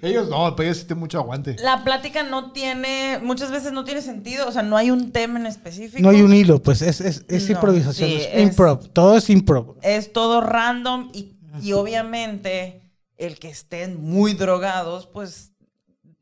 Ellos no, pero ellos sí tienen mucho aguante. la plática no tiene, muchas veces no tiene sentido, o sea, no hay un tema en específico. No hay un hilo, pues es, es, es No, improvisación, sí, es es- improv. Todo es improv. Es todo random y, y obviamente el que estén muy drogados, pues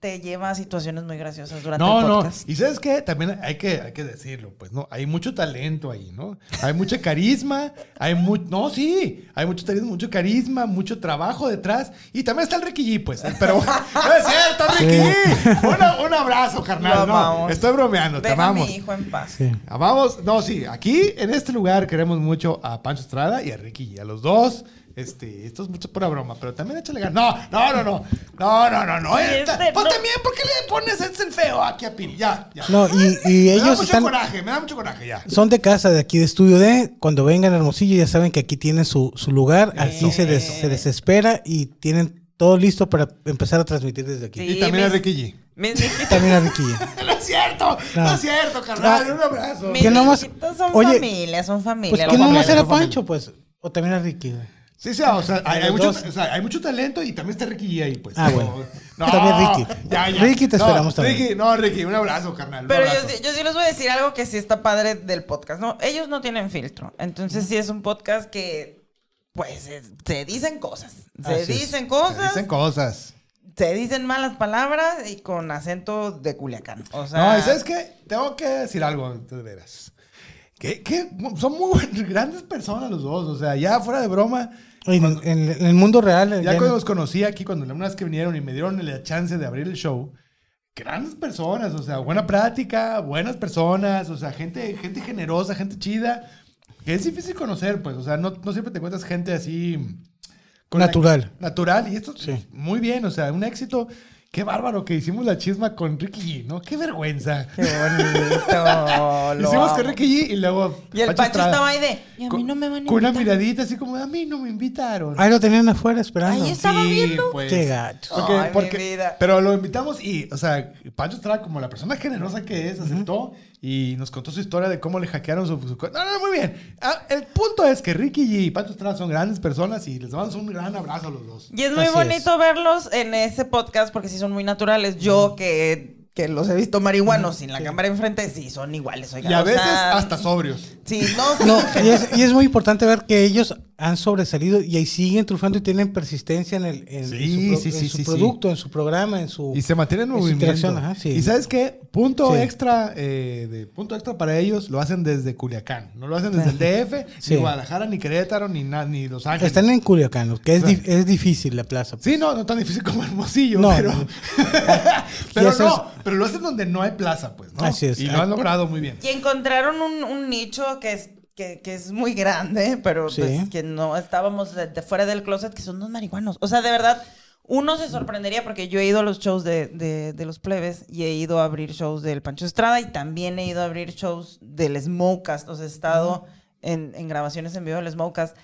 te lleva a situaciones muy graciosas durante No, el no. podcast. Y sabes qué, también hay que, hay que decirlo, pues, ¿no? Hay mucho talento ahí, ¿no? Hay mucha carisma, hay mucho... No, sí, hay mucho talento, mucho carisma, mucho trabajo detrás. Y también está el Ricky G, pues. ¿eh? Pero [LAUGHS] no es cierto, Ricky G. Una- un abrazo, Lo carnal. No, amamos. estoy bromeando, te Deja a mi amamos. hijo en paz. Sí. Amamos, Ah, no, sí, aquí en este lugar queremos mucho a Pancho Estrada y a Ricky, a los dos. Este, esto es mucho pura broma, pero también échale ganas. No, no, no, no, no, no, no, no. esta- este, pues no. también, ¿por qué le pones el feo aquí a Pili? Ya, ya. No, y, y me da ellos mucho están. coraje, me da mucho coraje, ya. Son de casa, de aquí de Estudio D. Cuando vengan a Hermosillo, ya saben que aquí tienen su, su lugar. Aquí se, des- se desespera y tienen todo listo para empezar a transmitir desde aquí. Sí. Y también a mis- Ricky G. [LAUGHS] Mis hijitos- También a Riquilla. No es cierto, no, No. es cierto, carnal. Ah, un abrazo. mis Que nomás- hijitos son oye, familia, son familia. Pues los que no papás. más era Familia, familia. Pancho, pues. O también a Ricky. güey. Sí, sí, o sea, hay, hay mucho, dos. o sea, hay mucho talento y también está Ricky G ahí, pues. Ah, Pero- bueno. También Ricky. Ricky, te No, esperamos también. Ricky, no, Ricky, un abrazo, carnal. un Pero yo, abrazo. sí- yo sí les voy a decir algo que sí está padre del podcast, ¿no? Ellos no tienen filtro. Entonces sí es un podcast que pues es- se dicen cosas. Se Así es. dicen cosas, Dicen cosas. se dicen malas palabras y con acento de Culiacán. O sea, No, y ¿sabes qué? Tengo que decir algo, antes de veras. Que, que son muy buen- grandes personas los dos. O sea, ya fuera de broma, En, en- en el mundo real. ya ya cuando no- los conocí aquí, cuando la una vez que vinieron y me dieron la chance de abrir el show, grandes personas. O sea, buena práctica, buenas personas. O sea, gente, gente generosa, gente chida. Que es difícil conocer, pues. O sea, no, no siempre te encuentras gente así... con la- Natural. natural. Y esto, Sí. muy bien, o sea, un éxito. Qué bárbaro que hicimos la chisma con Ricky G, ¿no? Qué vergüenza. Qué [LAUGHS] bonito. lo hicimos con amo. Ricky G y luego. Y el Pacho, Estrada, estaba ahí de. Y a mí con- no me van a Con una invitar". miradita así como, a mí no me invitaron. Ahí lo tenían afuera esperando. Ahí estaba Sí, viendo. pues. Qué gacho. Porque- Ay, mi porque- vida. Pero lo invitamos y, o sea, Pancho Estrada, como la persona generosa que es, aceptó y nos contó su historia de cómo le hackearon su... su- No, no, muy bien. Ah, el punto es que Ricky G y Pancho Estrada son grandes personas y les damos un gran abrazo a los dos. Y es muy Así bonito verlos en ese podcast porque sí son muy naturales. Yo que, que los he visto marihuanos sin la cámara enfrente, sí son iguales. oigan, Y a o veces sea, hasta sobrios. Sí, no, sí. No, y es, y es muy importante ver que ellos han sobresalido y ahí siguen triunfando y tienen persistencia en, el, en- Sí, en su, pro- sí, en sí, su sí, sí. producto, en su programa, en su... Y se mantienen en en su movimiento. interacción, ajá, sí. Y sabes qué, punto Sí. extra, eh, de punto extra para ellos lo hacen desde Culiacán. No lo hacen desde el DF, Sí. ni Guadalajara, ni Querétaro, ni na- ni Los Ángeles. Están en Culiacán, lo que es, dif- es difícil la plaza. Sí, no, no tan difícil como Hermosillo, No, pero, no. [LAUGHS] pero Y eso no, pero lo hacen donde no hay plaza, pues, ¿no? Así es. Y lo han logrado muy bien. Y encontraron un, un nicho que es, que, que es muy grande, pero Sí. pues, que no estábamos de, de fuera del closet, que son unos marihuanos. O sea, de verdad, uno se sorprendería porque yo he ido a los shows de, de- de los plebes y he ido a abrir shows del Pancho Estrada y también he ido a abrir shows del Smokecast. O sea, he estado en, en grabaciones en vivo del Smokecast.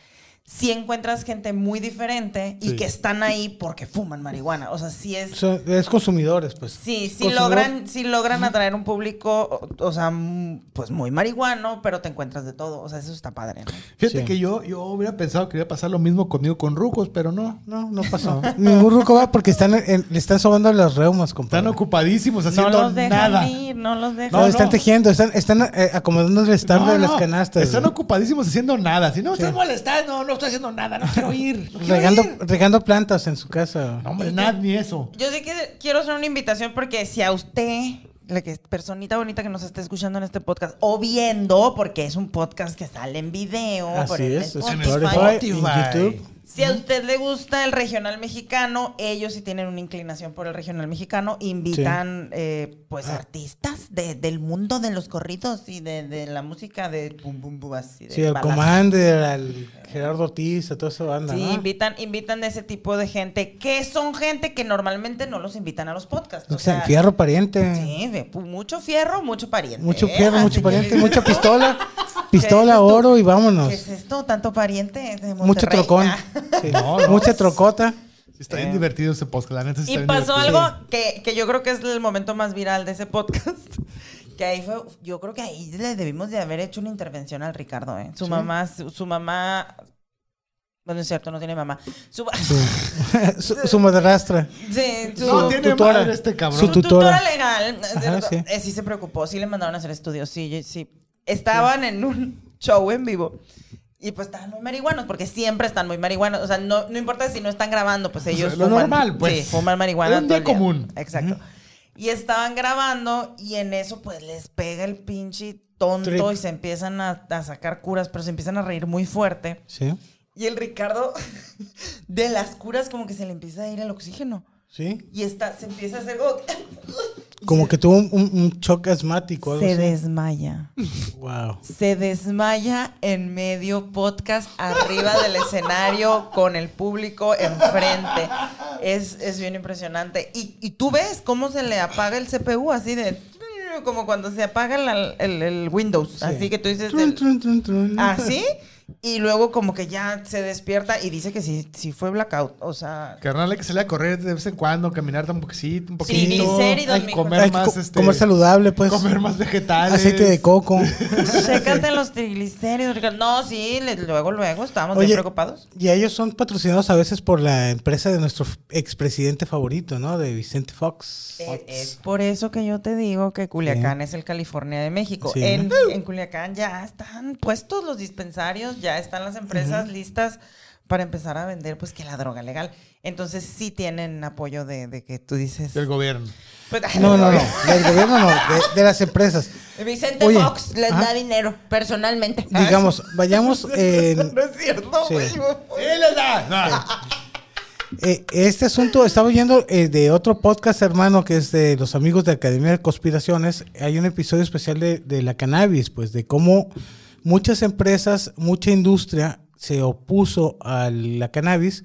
Si encuentras gente muy diferente y Sí. que están ahí porque fuman marihuana. O sea, sí es... Son- es consumidores, pues. Sí, sí Consumidor. logran, sí logran atraer un público, o, o sea, mm, pues muy marihuano, pero te encuentras de todo. O sea, eso está padre, ¿no? Fíjate Sí. que yo, yo hubiera pensado que iba a pasar lo mismo conmigo con Rucos, pero no. No, no pasó. Ningún ruco va porque están en- le están sobando las reumas, compadre. [LAUGHS] Están ocupadísimos No haciendo los dejan nada. ir, no los No, dejan. No, están no. tejiendo, están, están eh, acomodando el establo No, de las no, canastas. Están güey. ocupadísimos haciendo nada. Si no, me estás molestando, no estoy haciendo nada, no quiero ir. No, quiero regando, ir. regando plantas en su casa. No, hombre, nada, ni eso. Yo sí que quiero hacer una invitación porque si a usted, la que personita bonita que nos está escuchando en este podcast, o viendo, porque es un podcast que sale en video, por Así el es, es Spotify, Spotify, en Spotify. YouTube. Si a usted le gusta el regional mexicano, ellos sí tienen una inclinación por el regional mexicano, invitan eh, pues Ah. artistas de- del mundo de los corridos y de, de la música de pum pum pum así. de Sí, al baladas. Commander, al Gerardo Ortiz, a toda esa banda. Sí, ¿no? invitan, invitan de ese tipo de gente, que son gente que normalmente no los invitan a los podcasts. O O sea, sea, fierro pariente. Sí, de- pu- mucho fierro, mucho pariente. Mucho ¿eh? fierro, Así mucho que- pariente, [LAUGHS] mucha pistola. ¿Qué es Pistola, esto? oro y vámonos. ¿Qué es esto? Tanto pariente. de Mucho Monterrey. trocón. Ah. Sí. No, no. Mucha trocota. [LAUGHS] Sí, Está bien divertido ese podcast, la neta sí Eh, Y está bien pasó divertido. algo que, que yo creo que es el momento más viral de ese podcast. [LAUGHS] Que ahí fue, yo creo que ahí le debimos de haber hecho una intervención al Ricardo, ¿eh? Su mamá, su, su mamá, bueno, es cierto, no tiene mamá. Su, su, su madrastra. [LAUGHS] sí, su- No, tiene tutora. madre este cabrón. Su su tutora. tutora. legal. Ajá, sí. Eh, sí se preocupó, sí le mandaron a hacer estudios, sí, sí. Estaban en un show en vivo. Y pues estaban muy marihuanos, porque siempre están muy marihuanos. O sea, no, no importa si no están grabando, pues ellos lo normal, pues. Sí, fuman marihuana. Es un día todo el común. Exacto. Y estaban grabando y en eso pues les pega el pinche tonto Trip. y se empiezan a, a sacar curas, pero se empiezan a reír muy fuerte. Sí. Y el Ricardo, [LAUGHS] de las curas, como que se le empieza a ir el oxígeno. Sí. Y está, se empieza a hacer como que- Como que tuvo un, un- un shock asmático. Algo Se así. desmaya. Wow. Se desmaya en medio podcast arriba del escenario con el público enfrente. Es, es bien impresionante. Y, y tú ves cómo se le apaga el CPU así de... Como cuando se apaga la- el, el Windows. Así que tú dices... Trun, el- trun, trun, trun. así. Y luego como que ya se despierta y dice que sí, sí fue blackout. O [LAUGHS] sea... Carnal, hay que salir a correr de vez en cuando, caminar un poquito, un poquito. Sí, triglicéridos, hay que mijo. comer Hay que más, co- este, comer saludable, pues. comer más vegetales. Aceite [LAUGHS] de coco. Chécate los triglicéridos. Ricardo. No, sí, le- luego, luego. Estábamos Oye, bien preocupados. Y ellos son patrocinados a veces por la empresa de nuestro f- expresidente favorito, ¿no? De Vicente Fox. Eh, Es por eso que yo te digo que Culiacán es el California de México. Sí. En, en Culiacán ya están puestos los dispensarios, ya están las empresas listas para empezar a vender, pues que la droga legal. Entonces sí tienen apoyo de, de que tú dices. del gobierno. Pues, No, no, no. Del gobierno no, de, de las empresas. [LAUGHS] Vicente Oye, Fox les ajá. da dinero personalmente. [LAUGHS] Digamos, vayamos en. No es cierto, Sí. güey. Eh, este asunto, estaba oyendo eh, de otro podcast hermano que es de los amigos de Academia de Conspiraciones. Hay un episodio especial de, de la cannabis, pues de cómo muchas empresas, mucha industria se opuso a la cannabis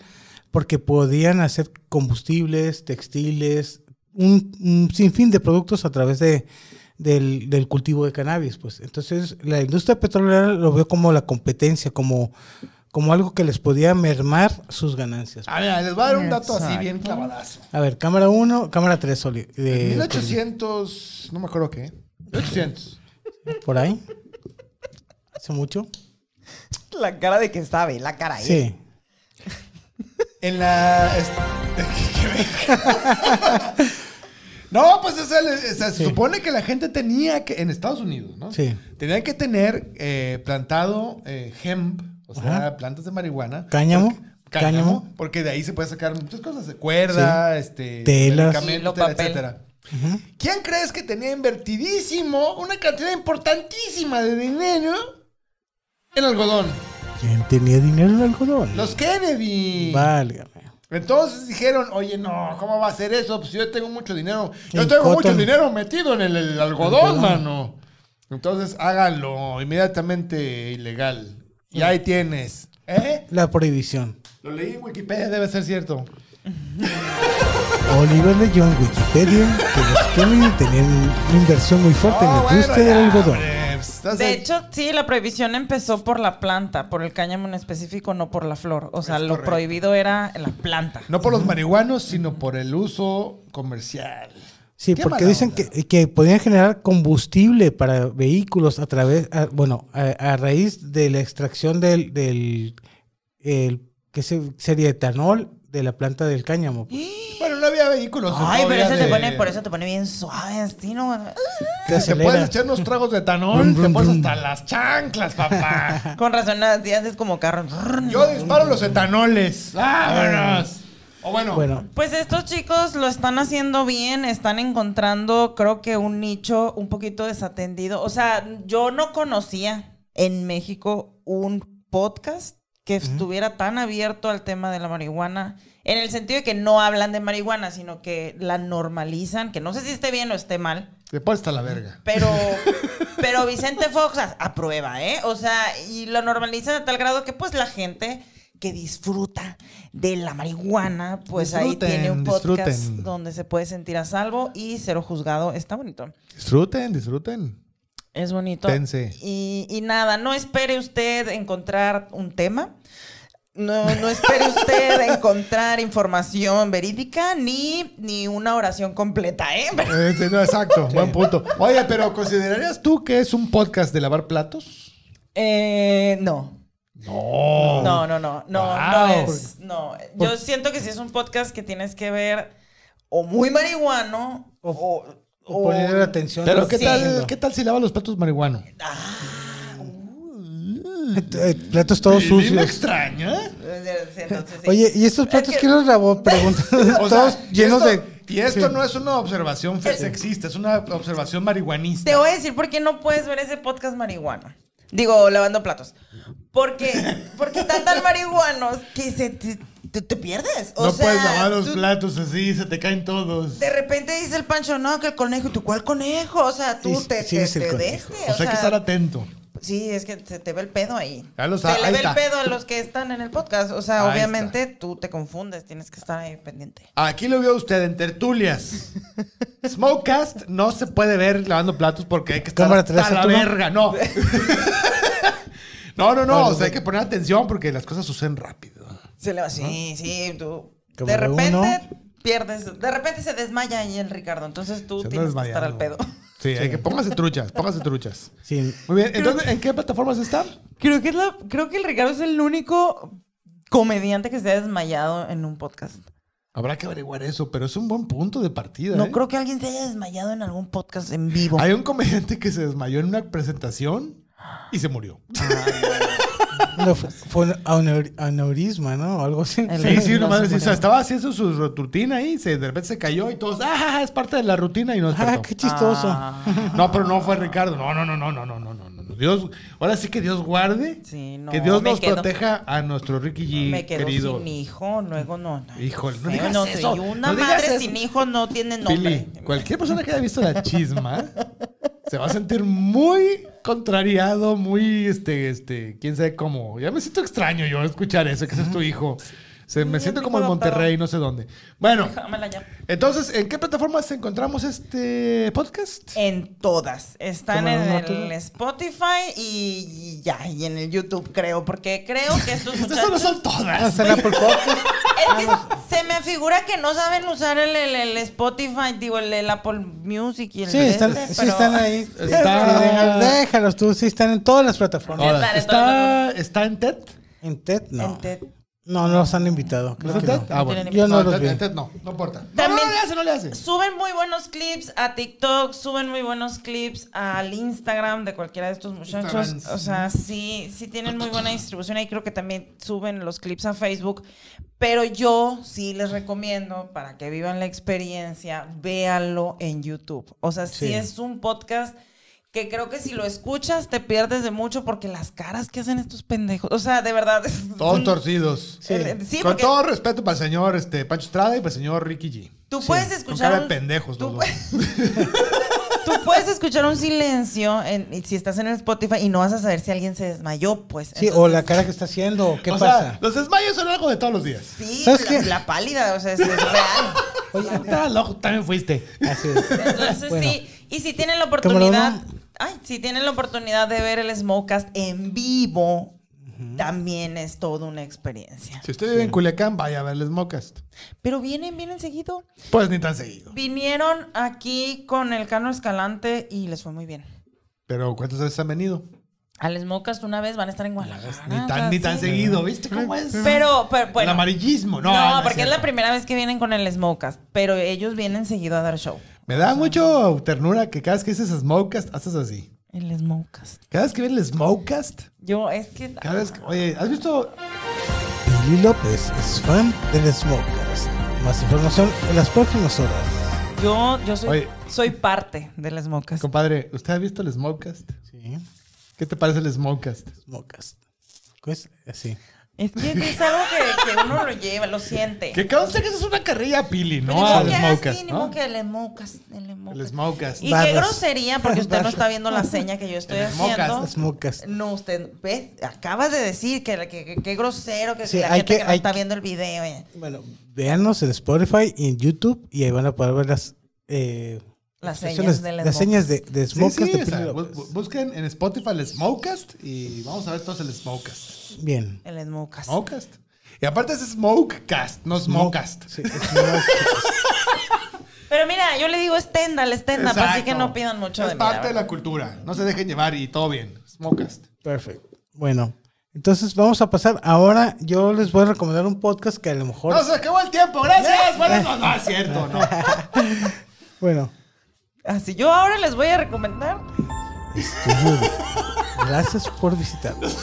porque podían hacer combustibles, textiles, un, un sinfín de productos a través de, del, del cultivo de cannabis. Pues. Entonces la industria petrolera lo vio como la competencia, como, como algo que les podía mermar sus ganancias. A ver, les voy a dar un dato así Exacto. bien clavadazo. A ver, cámara 1, cámara 3, Oli. de- 1800, no me acuerdo qué. 1800. Por ahí. Hace mucho. La cara de que sabe, la cara. ¿eh? Sí. En la. es- [LAUGHS] no, pues o sea, le- o sea, se Sí. supone que la gente tenía que. En Estados Unidos, ¿no? Sí. Tenían que tener eh, plantado eh, hemp, o sea, Ajá. plantas de marihuana. Cáñamo, Porque- cáñamo. cáñamo. Porque de ahí se puede sacar muchas cosas: de cuerda, este. Telas. medicamentos, Hilo, tela, papel. etcétera. ¿Quién crees que tenía invertidísimo una cantidad importantísima de dinero en algodón? ¿Quién tenía dinero en algodón? Los Kennedy. Válgame. Entonces dijeron, oye, no, ¿cómo va a ser eso? Pues yo tengo mucho dinero. Yo El tengo mucho cotton. dinero metido en el, el algodón, Algodón. mano. Entonces háganlo inmediatamente ilegal. Y ahí tienes. ¿Eh? La prohibición. Lo leí en Wikipedia, debe ser cierto. Oliver leyó en Wikipedia que los Kennedy tenían una inversión muy fuerte en Ah, la bueno, industria ya, del algodón. hombre, pues, estás De ahí. hecho, sí, la prohibición empezó por la planta, por el cáñamo en específico, no por la flor. O sea, Es lo correcto. prohibido era la planta. no por los marihuanos, sino por el uso comercial. Sí, Qué porque mala dicen onda. que, que podían generar combustible para vehículos a través, a- bueno, a, a raíz de la extracción del, del el- ¿qué se- sería etanol de la planta del cáñamo. pues. Bueno, no había vehículos. Ay, no pero había eso te de- pone, por eso te pone bien suave, así, ¿no? Te Te acelera. puedes echar unos tragos de etanol, Brum, te brum, pones brum. hasta las chanclas, [LAUGHS] papá. Con razón, así haces como carro. Yo disparo los etanoles. ¡Vámonos! O bueno, Bueno, Pues estos chicos lo están haciendo bien, están encontrando, creo que un nicho un poquito desatendido. O sea, yo no conocía en México un podcast que estuviera tan abierto al tema de la marihuana, en el sentido de que no hablan de marihuana, sino que la normalizan, que no sé si esté bien o esté mal. después está la verga. [LAUGHS] Pero, pero Vicente Fox a- aprueba, ¿eh? O sea, y lo normaliza de tal grado que pues la gente que disfruta de la marihuana, pues ahí Disfruten, tiene un podcast disfruten. donde se puede sentir a salvo y cero juzgado. Está bonito. Disfruten, disfruten. Es bonito. Tense. Y, y nada, no espere usted encontrar un tema. No, no espere usted [LAUGHS] encontrar información verídica ni, ni una oración completa, ¿eh? [LAUGHS] Este, no, exacto, buen punto. Oye, pero ¿considerarías tú que es un podcast de lavar platos? Eh, no. Oh. No. No, no, no. No, no Wow. es. No. Yo siento que si es un podcast que tienes que ver o muy marihuano o. o, o Oh. ponerle atención. Pero ¿qué Sí. tal, qué tal si lava los platos marihuano? Eh, Platos Pues todos sucios. extraña. Entonces, sí. [LAUGHS] Oye, ¿y estos platos quién los lavó? [LAUGHS] Pregunta. todos llenos de. Y esto Sí. no es una observación fe- sexista, es una observación marihuanista. Te voy a decir por qué no puedes ver ese podcast marihuano. Digo, lavando platos. Porque, porque están tan marihuanos que se te, te- te pierdes. O no sea, puedes lavar los tú- platos así, se te caen todos. De repente dice el Pancho, no, que el conejo. ¿Y tú cuál conejo? O sea, tú Sí, te, sí te, es el te conejo. deste, O sea, hay que estar atento. Sí, es que se te ve el pedo ahí. Ya lo se sa- le ahí ve está. el pedo a los que están en el podcast. O sea, Ahí obviamente tú te confundes, tienes que estar ahí pendiente. Aquí lo vio usted en tertulias. Smokecast no se puede ver lavando platos porque hay que estar Cámara hasta tres, la ¿tú no? verga, no. [LAUGHS] no, no, no, Ahora, o sea, hay güey. que poner atención porque las cosas suceden rápido. Se le va Sí, sí, tú. Cámara de repente uno. pierdes, de repente se desmaya ahí el Ricardo. Entonces tú Se anda tienes que estar al desmayando. pedo. [LAUGHS] Sí, hay que póngase truchas, póngase truchas. Sí. Muy bien, entonces, ¿en qué plataformas está? Creo que, es la- creo que el Ricardo es el único comediante que se ha desmayado en un podcast. Habrá que averiguar eso, pero es un buen punto de partida. No ¿eh? creo que alguien se haya desmayado en algún podcast en vivo. Hay un comediante que se desmayó en una presentación y se murió. No, fue, fue un aneur- aneurisma, ¿no? O algo así. Sí, sí, No nomás se decía, o sea, puede. estaba haciendo su rutina ahí, se, de repente se cayó y todos, ah, es parte de la rutina y nos Ah, despertó. qué chistoso. Ah, No, pero no fue Ricardo. No, no, no, no, no, no, no, no, no. Dios, ahora sí que Dios guarde. Sí, no, que Dios me nos quedo- proteja a nuestro Ricky G, Me quedo querido. sin hijo, luego no. no. Híjole, no Feo, digas sé, eso, y una no digas madre eso. sin hijo no tiene nombre. Pili, cualquier persona que haya visto la chisma se va a sentir muy contrariado, muy, este, este, quién sabe cómo. Ya me siento extraño yo escuchar eso, que ese es tu hijo. Se, me Sí, siento mi como en hijo adoptado. Monterrey, no sé dónde. Bueno, Dámela ya. entonces, ¿en qué plataformas encontramos este podcast? En todas. Están ¿Cómo en no, el tú? Spotify y y ya, y en el YouTube, creo. Porque creo que [LAUGHS] estos Estas no muchachos. son todas. Hasta la por podcast. Es que se me figura que no saben usar el, el- el Spotify, digo, el, el Apple Music y el Sí, de están, este, sí pero- están ahí. Está- Sí, deja- déjalos tú, sí están en todas las plataformas. Ahora. Todas. ¿Está, está en TED? En TED, no. en TED. No, no los han invitado. ¿No creo está en que TED? no. Ah, bueno. Yo no en los TED- vi. en TED no, no importa. No, También- no, no le hace, no le hace. Suben muy buenos clips a TikTok, suben muy buenos clips al Instagram de cualquiera de estos muchachos. Instagram. O sea, sí, sí tienen muy buena distribución. Ahí creo que también suben los clips a Facebook. Pero yo sí les recomiendo, para que vivan la experiencia, véanlo en YouTube. O sea, sí, Sí. es un podcast que creo que si lo escuchas te pierdes de mucho porque las caras que hacen estos pendejos. O sea, de verdad. [LAUGHS] es Todos un- torcidos. Sí. El- sí, Con porque- todo respeto para el señor este, Pancho Estrada y para el señor Ricky G. Tú puedes Con escuchar. cara de un- pendejos tú los pu- dos. Tú puedes escuchar un silencio en- y si estás en el Spotify y no vas a saber si alguien se desmayó, pues. Sí, o entonces- la cara que está haciendo, ¿qué O sea, pasa? los desmayos son algo de todos los días. Sí, ¿Sabes la, qué? la pálida, o sea, es, es real. Oye, Estaba loco, también fuiste. así es. Entonces Bueno. sí, y si tienen la Como lo oportunidad, ay, si tienen la oportunidad de ver el Smokecast en vivo, también es toda una experiencia. Si usted vive en Culiacán, vaya a verles mocas. Pero vienen, vienen seguido. Pues ni tan seguido. Vinieron aquí con el Cano Escalante y les fue muy bien. Pero ¿cuántas veces han venido? Al Smokecast una vez van a estar en Guadalajara. Ni o sea, tan, ni tan Ah, sí. seguido, ¿viste cómo es? Pero, pero El bueno. amarillismo, no. No, no porque es, la cierto. primera vez que vienen con el Smokecast, pero ellos vienen seguido a dar show. Me da mucho ternura que cada vez que dices Smokecast, haces así. El Smokecast. Cada vez que ves el Smokecast, Yo, es que... cada vez que. Oye, ¿has visto? Lili López es fan del Smokers. Más información en las próximas horas. Yo, yo soy, Oye. soy parte del Smokecast. Compadre, ¿usted ha visto el Smokecast? Sí, ¿Qué te parece el Smokecast? Smokers. Pues así. Es que es algo que, que uno lo lleva, lo siente. Que conste que eso es una carrilla a Pili, Pero no ni modo al que hagas así, Smokecast, ni ¿no? modo que el Smokecast, el Smokecast. El Smokecast. Y qué Barras. grosería, porque usted no está viendo la seña [LAUGHS] que yo estoy El Smokecast, haciendo. Smokers. No, usted, ¿ves? Acabas de decir que que- que- que grosero, que Sí, la hay gente que, que- no hay está que- viendo el video. eh. Bueno, véanos en Spotify y en YouTube y ahí van a poder ver las. eh, Las expresiones- señas del Las señas de, de Sí, Smokers sí, de o sea, Pili pues. bu- López. bu- busquen en Spotify el Smokecast y vamos a ver todos el Smokecast. Bien. El Smokecast. Smokecast. Y aparte es Smokecast, no Smokecast. Sí, Smokecast. Pero mira, yo le digo Stendhal, Stendhal, pues, así que no pidan mucho es de mí. la parte de verdad. la cultura. No se dejen llevar y todo bien. Smokecast. Perfecto. Bueno, entonces vamos a pasar. Ahora yo les voy a recomendar un podcast que a lo mejor. No, se acabó el tiempo. Gracias. Bueno, no, no, es cierto, [LAUGHS] no. Bueno, Así yo ahora les voy a recomendar estudio de- Gracias por visitarnos.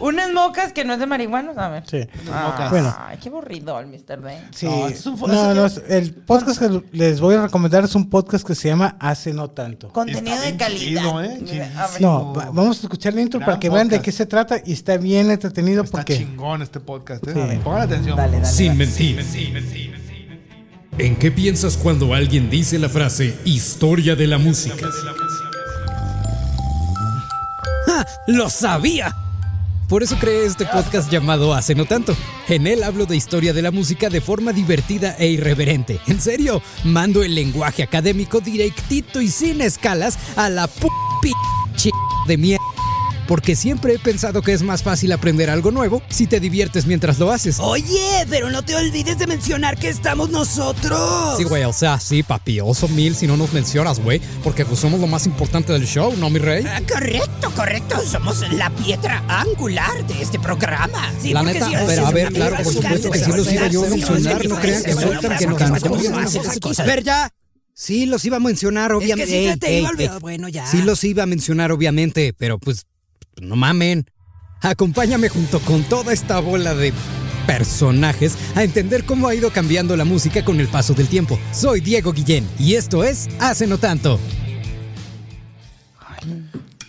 unas mocas que no es de marihuana, a ver. Sí. Ah, Bueno. Ay, qué aburrido el Mr. D. Sí. No, No, es un fo- no, es- es- el podcast que les voy a recomendar es un podcast que se llama Hace No Tanto. Contenido Está de bien calidad. chido, ¿eh? Mira, a ver. No, va- vamos a escuchar la intro Gran para que vean de podcast. qué se trata y está bien entretenido Está porque. chingón este podcast. ¿eh? Sí. A ver, Pongan atención. Dale, dale. Sin mentir. ¿En qué piensas cuando alguien dice la frase historia de la música? Ah, ¡Lo sabía! Por eso creé este podcast llamado Hace No Tanto. En él hablo de historia de la música de forma divertida e irreverente. En serio, mando el lenguaje académico directito y sin escalas a la p ch- de mierda. Porque siempre he pensado que es más fácil aprender algo nuevo si te diviertes mientras lo haces. Oye, pero no te olvides de mencionar que estamos nosotros. Sí, güey, o sea, sí, papi, oso mil si no nos mencionas, güey, porque pues somos lo más importante del show, ¿no, mi rey? Ah, correcto, correcto. Somos la piedra angular de este programa. Sí, La porque neta, si no, pero a si ver, no, claro, por si no, supuesto que si sí no, los si iba no, yo a si no, si mencionar, si no crean que si sueltan si que no, nos si no, cantamos si no, esas si no, si no, cosas. Ver, ¿Verdad? Sí, los iba a mencionar, eh, Es que sí Ey, se te ey, iba a ey. olvidar. Bueno, ya. Sí los iba a mencionar, obviamente, pero pues no pues, mamen. Acompáñame junto con toda esta bola de personajes a entender cómo ha ido cambiando la música con el paso del tiempo. Soy Diego Guillén y esto es Hace No Tanto.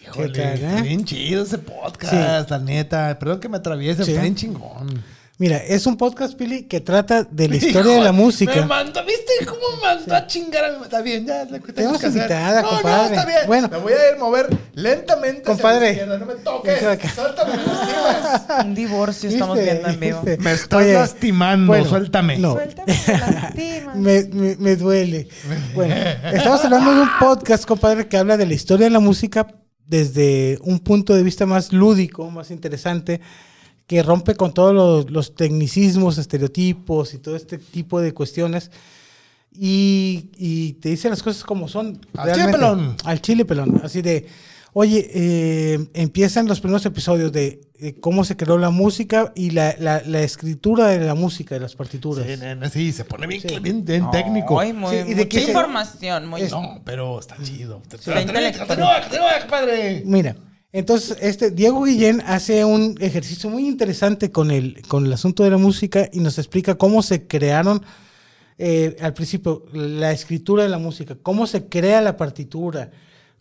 Híjole, ¿Qué tal, eh? está bien chido ese podcast, la neta. Perdón que me atraviese, Sí. está bien chingón. Mira, es un podcast, Pili, que trata [LAUGHS] de la historia de la Me música. mandó, ¿viste cómo mandó a chingar al... Está bien, ya. la Tenemos invitada, compadre. No, está bien. Bueno. me voy a ir a mover lentamente hacia la Compadre. izquierda, no me Vente toques. acá. Suéltame las tiras. Un divorcio estamos ¿Viste? viendo en vivo. ¿Viste? Me estás Oye, lastimando, bueno, suéltame. No, Suéltame las timas. [LAUGHS] me, me- me duele. Bueno, estamos hablando de un podcast, compadre, que habla de la historia de la música desde un punto de vista más lúdico, más interesante, que rompe con todos los, los tecnicismos, estereotipos y todo este tipo de cuestiones. Y, y te dice las cosas como son. Al chile pelón. Al chile pelón. Así de, oye, eh, empiezan los primeros episodios de, eh, cómo se creó la música y la, la- la escritura de la música, de las partituras. Sí, nena, sí, se pone bien, Sí. bien- bien técnico. Ay, muy, Sí, ¿y de mucha qué se- información. Muy... No, pero está chido. Te- te- Está te- te- intelectual. te- no, te- no, compadre. Mira, entonces este Diego Guillén hace un ejercicio muy interesante con el, con el asunto de la música y nos explica cómo se crearon eh, al principio la escritura de la música, cómo se crea la partitura,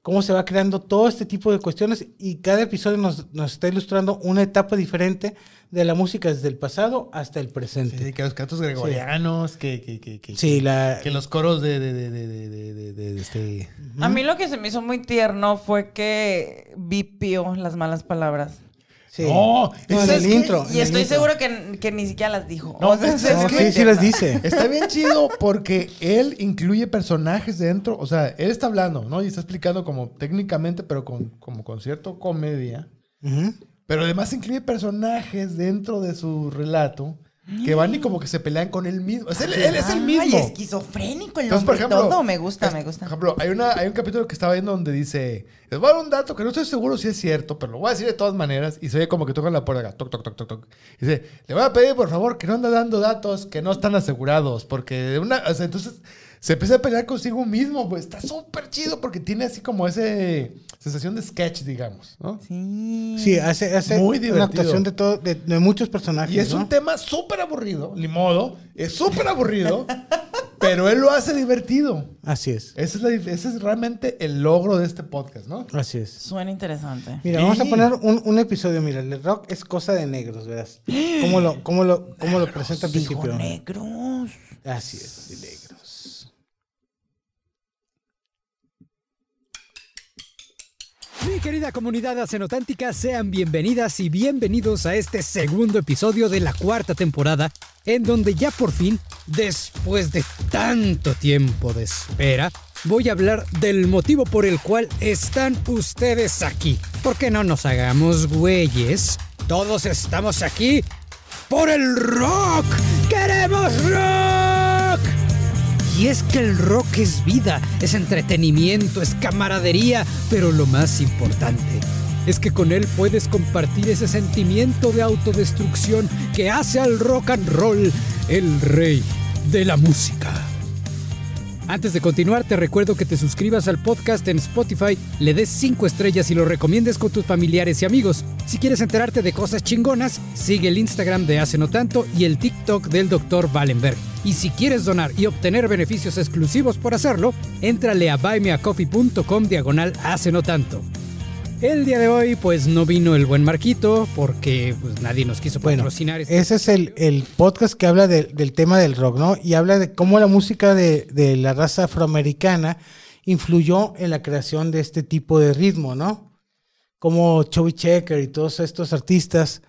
cómo se va creando todo este tipo de cuestiones y cada episodio nos, nos está ilustrando una etapa diferente de la música desde el pasado hasta el presente. Sí, que los cantos gregorianos, que, que, que, que, Sí, la- que los coros de, de, de, de, de, de, de- de- de este... A mí lo que se me hizo muy tierno fue que vipió las malas palabras. sí. No, No, en ¿sabes el qué? intro. en Y el estoy intro. seguro que, que ni siquiera las dijo. No, O sea, ¿sabes es No, qué? muy sí, sí tierna. las dice. Está bien chido porque él incluye personajes dentro. O sea, él está hablando, ¿no? Y está explicando como técnicamente, pero con, como con cierto comedia. Ujú. Pero además incluye personajes dentro de su relato que van y como que se pelean con él mismo. Es el- él es el mismo. Ay, esquizofrénico el Entonces, hombre, por ejemplo, todo me gusta, es- me gusta. Por ejemplo, hay, una, hay un capítulo que estaba viendo donde dice: Les voy a dar un dato que no estoy seguro si es cierto, pero lo voy a decir de todas maneras. Y se oye como que tocan la puerta, acá, toc, toc, toc, toc, toc. Y dice: Le voy a pedir, por favor, que no ande dando datos que no están asegurados, porque de una. o sea, entonces se empieza a pelear consigo mismo, pues está súper chido porque tiene así como ese sensación de sketch, digamos, ¿no? Sí. Sí, hace, hace Muy una divertido. actuación de, todo, de, de muchos personajes. Y es ¿no? un tema súper aburrido, ni modo, es súper aburrido, [LAUGHS] pero él lo hace divertido. Así es. Ese es, la dif- ese es realmente el logro de este podcast, ¿no? Así es. Suena interesante. Mira, vamos a Sí. poner un, un episodio. Mira, el rock es cosa de negros, verás. ¿Cómo lo, cómo lo, cómo lo presenta al Digo principio? negros. Así es, de negros. Mi querida comunidad acenotántica, sean bienvenidas y bienvenidos a este segundo episodio de la cuarta temporada, en donde ya por fin, después de tanto tiempo de espera, voy a hablar del motivo por el cual están ustedes aquí. Porque no nos hagamos güeyes, todos estamos aquí por el rock. ¡Queremos rock! Y es que el rock es vida, es entretenimiento, es camaradería, pero lo más importante es que con él puedes compartir ese sentimiento de autodestrucción que hace al rock and roll el rey de la música. Antes de continuar, te recuerdo que te suscribas al podcast en Spotify, le des 5 estrellas y lo recomiendes con tus familiares y amigos. Si quieres enterarte de cosas chingonas, sigue el Instagram de Hace No Tanto y el TikTok del Dr. Valenberg. Y si quieres donar y obtener beneficios exclusivos por hacerlo, éntrale a buymeacoffee.com diagonal Hace No Tanto. El día de hoy, pues no vino el buen Marquito porque pues, nadie nos quiso Bueno, patrocinar. este- ese es el, el podcast que habla de- del tema del rock, ¿no? Y habla de cómo la música de, de la raza afroamericana influyó en la creación de este tipo de ritmo, ¿no? Como Chubby Checker y todos estos artistas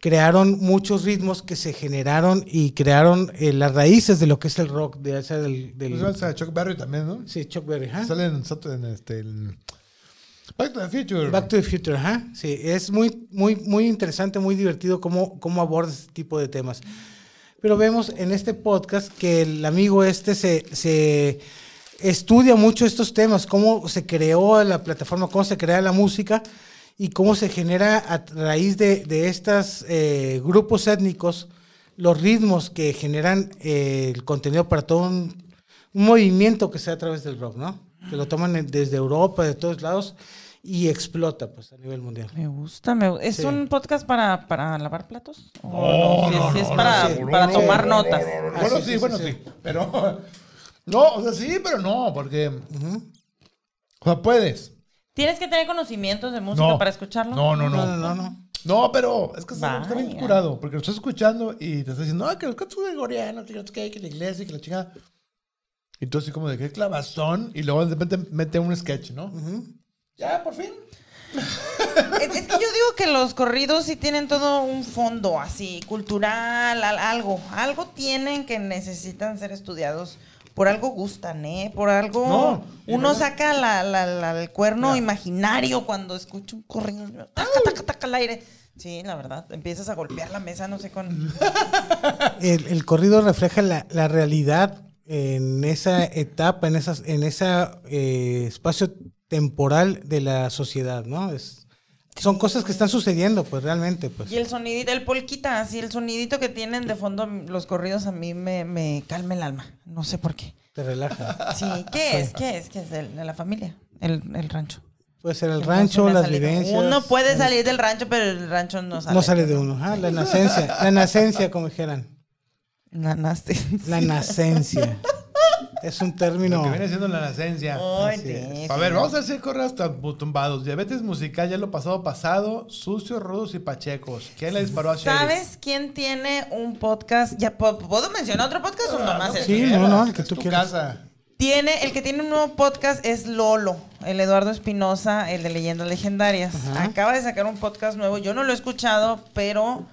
crearon muchos ritmos que se generaron y crearon eh, las raíces de lo que es el rock, de, o sea, del, del- Pues gracias a Chuck Berry también, ¿no? Sí, Chuck Berry, ajá. Sale en, Saturday- en este, el- Back to the Future. Back to the Future, ajá. Sí, es muy, muy, muy interesante, muy divertido cómo, cómo aborda este tipo de temas. Pero vemos en este podcast que el amigo este se, se estudia mucho estos temas, cómo se creó la plataforma, cómo se crea la música y cómo se genera a raíz de, de estos grupos étnicos los ritmos que generan eh, el contenido para todo un, un movimiento que sea a través del rock, ¿no? Que lo toman en- desde Europa, de todos lados, y explota pues a nivel mundial. Me gusta, me gu- ¿Es Sí. un podcast para, para lavar platos? ¿O no? No, Sí, no, sí, es no, para, no, no, para no, tomar no, no, notas. no, no, no. Ah, Bueno, sí, bueno, sí. Pero. [LAUGHS] No, o sea, sí, pero no, porque. O sea, puedes. ¿Tienes que tener conocimientos de música No. para escucharlo? No, no, no. No, no, no, no. No, pero es que está Vaya. está bien curado, porque lo estás escuchando y te estás diciendo, ah, que los cantos gregorianos, que no sé qué, que la iglesia, que la chingada. Y tú así como de qué clavazón, y luego de repente mete un sketch, ¿no? Ya, por fin. Es, es que yo digo que los corridos sí tienen todo un fondo así, cultural, al- algo. Algo tienen que necesitan ser estudiados. Por algo gustan, ¿eh? Por algo. No, y uno luego- saca la, la- la- el cuerno Mira. imaginario cuando escucha un corrido. Taca, taca, taca al aire. Sí, la verdad. Empiezas a golpear la mesa, no sé, con. El, el corrido refleja la, la realidad en esa etapa, en esas, en ese espacio temporal de la sociedad, ¿no? Es, son cosas que están sucediendo, pues realmente, pues. Y el sonidito, el polquita, así, el sonidito que tienen de fondo los corridos a mí me, me calma el alma. No sé por qué. Te relaja. Sí, [LAUGHS] ¿qué es? ¿Qué es? ¿Qué es? El- de la familia, el, el rancho. Puede ser el Que rancho, no se me ha las salido. vivencias. Uno puede salir del rancho, pero el rancho no sale. No sale de uno. Ah, la nacencia. La nacencia, como dijeran. La nascencia. La nacencia. Es un Lo término. que viene siendo la nacencia. Ay, Así es. Dios. A ver, vamos a hacer correos tam- tumbados. Diabetes musical, ya lo pasado pasado, sucios, rudos y pachecos. ¿Quién le disparó a [LAUGHS] Sheriff? ¿Sabes quién tiene un podcast? ¿Ya po- puedo mencionar otro podcast o nomás ese? Ah, Sí, no, no, el que Es tú tu quieras. casa. Tiene, el que tiene un nuevo podcast es Lolo, el Eduardo Espinosa, el de Leyendas Legendarias. Acaba de sacar un podcast nuevo. Yo no lo he escuchado, pero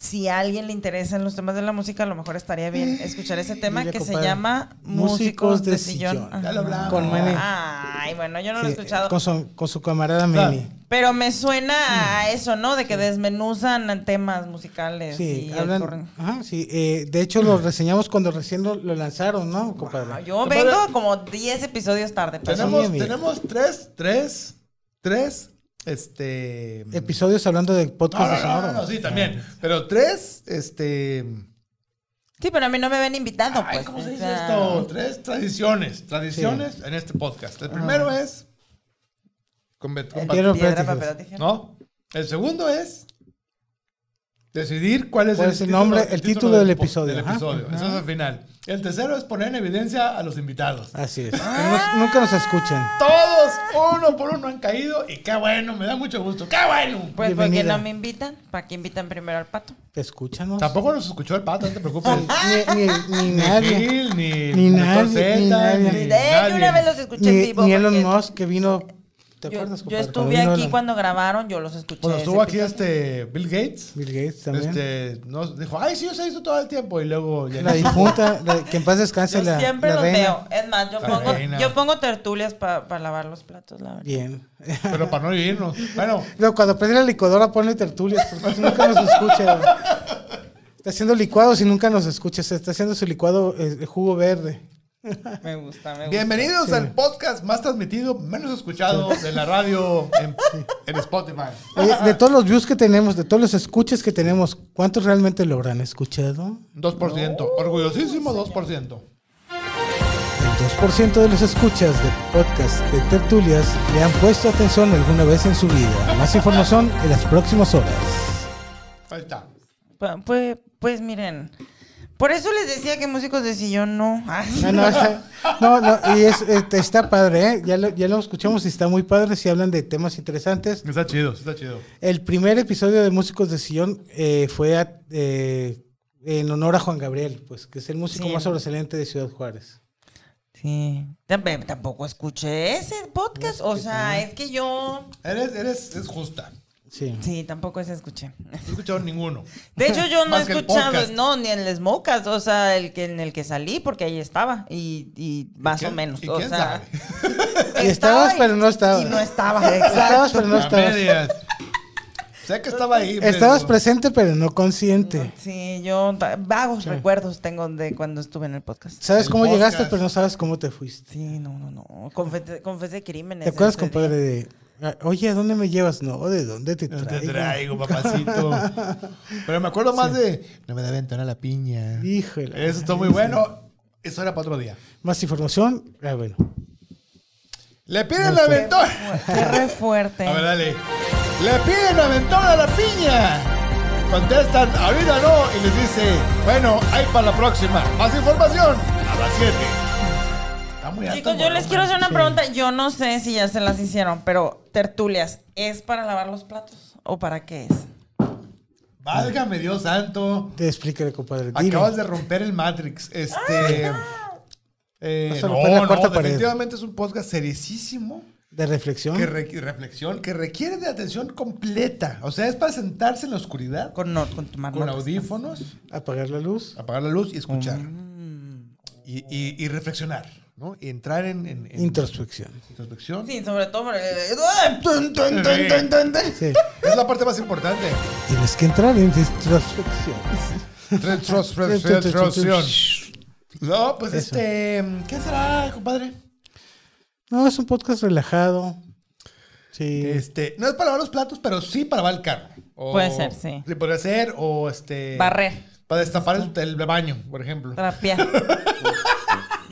si a alguien le interesan los temas de la música, a lo mejor estaría bien escuchar ese tema Eh, Dile, que se compadre. llama Músicos Músicos de de Sillón. Sillón. Ya lo hablamos. Con Manny. Ay, bueno, yo no lo he Sí, eh, escuchado. con, su, con su camarada Manny. Pero me suena a eso, ¿no? De que desmenuzan temas musicales. Sí, y hablan. corren- Ajá, sí. eh, de hecho, lo reseñamos cuando recién lo, lo lanzaron, ¿no, compadre? Ah, Yo Compadre. vengo como 10 episodios tarde. pues. pero- Tenemos, amigo. tenemos tres, tres, tres, este... Episodios hablando de No, podcast no, de no, Sonora. no, no, sí, también. Pero tres, este... Sí, pero a mí no me ven invitado, ay, pues. ¿Cómo se o dice sea, esto? Tres tradiciones, tradiciones en este podcast. El primero Ah. es... Con, con- Piedra, Piedra, prácticas. papel o tijera. ¿No? El segundo es... Decidir cuál es, ¿Cuál es el nombre, el título del episodio? del Ajá. Ah. episodio. Eso es el final. El tercero es poner en evidencia a los invitados. Así es. que Ah. nos- nunca nos escuchan. Todos, uno por uno, han caído y qué bueno, me da mucho gusto. ¡Qué bueno! Pues porque Bienvenida. no me invitan. ¿Para qué invitan primero al pato? ¿Te escuchan? no? Tampoco nos escuchó el pato, no te preocupes. [LAUGHS] Ni, ni- ni nadie. Gil, ni, Ni Dr. nadie, Zeta, ni nadie. Eh, ni yo una nadie. vez los escuché en Ni, vivo. ni Elon porque Musk que vino. ¿Te Yo, acuerdas, yo compadre? estuve Vino aquí Elon- cuando grabaron, yo los escuché. Cuando ese estuvo aquí episodio. este Bill Gates, Bill Gates también. este, nos dijo, ay, sí, yo se hizo todo el tiempo. Y luego ya [LAUGHS] La difunta, la- que en paz descanse Yo la, siempre la los reina. veo. Es más, yo La pongo, reina. yo pongo tertulias para lavar los platos, la verdad. Bien. Pero para no vivirnos. Bueno, No, cuando prende la licuadora ponle tertulias, porque si nunca nos escucha. güey. Está haciendo licuados y nunca nos escucha. Se está haciendo su licuado eh, de jugo verde. Me gusta, me gusta. bienvenidos al podcast más transmitido, menos escuchado de la radio en, en Spotify. Oye, de todos los views que tenemos, de todos los escuches que tenemos, ¿cuántos realmente lo habrán escuchado? 2%, orgullosísimo 2%. El 2% de los escuchas de podcast de tertulias le han puesto atención alguna vez en su vida. Más información en las próximas horas. Ahí está. Pu- Pues, pues miren, por eso les decía que músicos de sillón no. Ah, No, no, está- no, no, y es, este, está padre, ¿eh? ya, lo, ya lo escuchamos y está muy padre si hablan de temas interesantes. Está chido, está chido. El primer episodio de Músicos de Sillón eh, fue a- eh, en honor a Juan Gabriel, pues que es el músico Sí. más sobresaliente de Ciudad Juárez. Sí. Tamp- eh, Tampoco escuché ese podcast. O sea, es que yo. Eres, eres, es justa. Sí. Sí, tampoco ese escuché. No he escuchado ninguno. De hecho, yo no he Más que el escuchado, podcast. no, ni en el Smokers, o sea, el que en el que salí, porque ahí estaba, y, y más o ¿Quién- menos. y o quién [LAUGHS] sea, sabe? estaba Y estabas, y- pero no estabas. Y no estaba, exacto. Estabas, pero no A estabas. medias. Sé que estaba ahí. pero- Estabas presente, pero no consciente. Sí, yo ta- vagos recuerdos tengo de cuando estuve en el podcast. Sabes El cómo podcast. llegaste, pero no sabes cómo te fuiste. Sí, no, no, no. Confesé, confesé crímenes. ¿Te acuerdas, ese día. compadre, de... ah, Oye, ¿a dónde me llevas? No, ¿de dónde te No traigo? te traigo, papacito. Pero me acuerdo más de. No me da ventana la piña. Híjole. Eso está muy bueno. Eso era para otro día. Más información. Ah, bueno. Le piden la aventón. Qué re fuerte. A ver, dale. Le piden aventón a la piña. Contestan, ahorita no. Y les dice, bueno, ahí para la próxima. Más información a las 7. Está muy alto, Chicos, yo morro, les quiero hacer una sí. pregunta. Yo no sé si ya se las hicieron, pero tertulias, ¿es para lavar los platos o para qué es? Válgame Dios santo. Te explícale, compadre. Dime. Acabas de romper el Matrix. Este. eh, Vas a no, romper la no, cuarta pared. definitivamente es un podcast seriesísimo. De reflexión. Que re- reflexión, que requiere de atención completa. O sea, es para sentarse en la oscuridad Con, Ah, no, pues, con tomar con notas. audífonos, Apagar la luz. apagar la luz y escuchar. Y, y- y reflexionar, ¿no? Y entrar en, en- en Introspección. introspección. Sí, sobre todo. por el- ¡Ah! Tun, tun, tun, tun, tun, tun. Sí. Es la parte más importante. Tienes que entrar en introspección. [LAUGHS] Retrospección. No, pues este. ¿Qué será, compadre? No, es un podcast relajado. Sí. Este, no es para lavar los platos, pero sí para lavar el carro. O- Puede ser, sí. Sí, podría ser, o este. Barrer, Para destapar el, el baño, por ejemplo. [LAUGHS] trapear.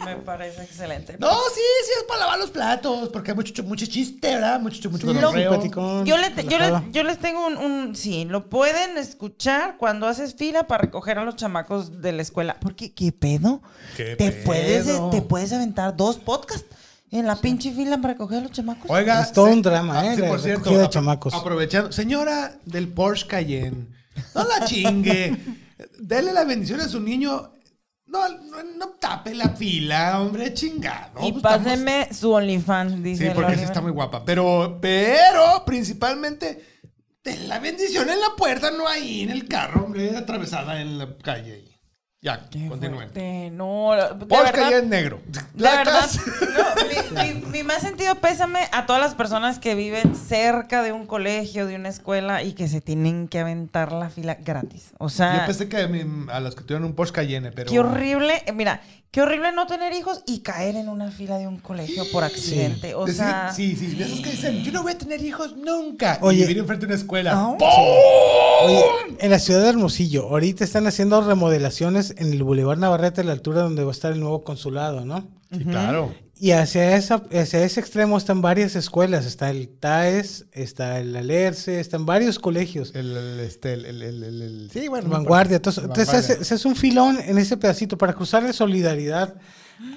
Me parece excelente. No, sí, sí, es para lavar los platos, porque hay mucho, mucho chiste, ¿verdad? Mucho, mucho Sí, cotorreo. simpaticón, Yo, le te- yo, le- relajado. yo les tengo un, un- Sí, lo pueden escuchar cuando haces fila para recoger a los chamacos de la escuela. Porque, ¿qué pedo? ¿Qué ¿Te, pedo? Puedes, eh, te puedes aventar dos podcasts en la pinche fila para recoger a los chamacos. Oiga, ah, Es todo un drama, ¿eh? sí, La por cierto, recogida de apro- chamacos. Aprovechando, señora del Porsche Cayenne, no la chingue. [LAUGHS] Dele la bendición a su niño. No, no, no tape la fila, hombre, chingado. y Pues estamos- pásenme su OnlyFans, dice Sí, el porque sí Oliver. está muy guapa. Pero, pero, principalmente, de la bendición en la puerta, no ahí en el carro, hombre, atravesada en la calle. ahí. Ya, Qué continúen. fuerte, No, la- de Porsche verdad, Cayenne negro. De verdad, Placas. no, mi, mi- mi más sentido pésame a todas las personas que viven cerca de un colegio, de una escuela y que se tienen que aventar la fila gratis. O sea, [LAUGHS] Yo pensé que a, mí- a los que tuvieron un Porsche Cayenne, pero... qué horrible, eh, mira, qué horrible no tener hijos y caer en una fila de un colegio por accidente. Eh, O Decir- sea, sí, sí, de esos que dicen, yo no voy a tener hijos nunca. Oye. Ah, y vivir enfrente de una escuela. No. ¡Pum! Oye, en la ciudad de Hermosillo, ahorita están haciendo remodelaciones en el Boulevard Navarrete, a la altura donde va a estar el nuevo consulado, ¿no? Sí, claro. Y hacia, esa, hacia ese extremo están varias escuelas. Está el TAES, está el Alerce, están varios colegios. El, el- este, el, el, el- el- el- Sí, bueno. Vanguardia. Entonces, El entonces Vanguardia. se, hace- se hace un filón en ese pedacito para cruzar de solidaridad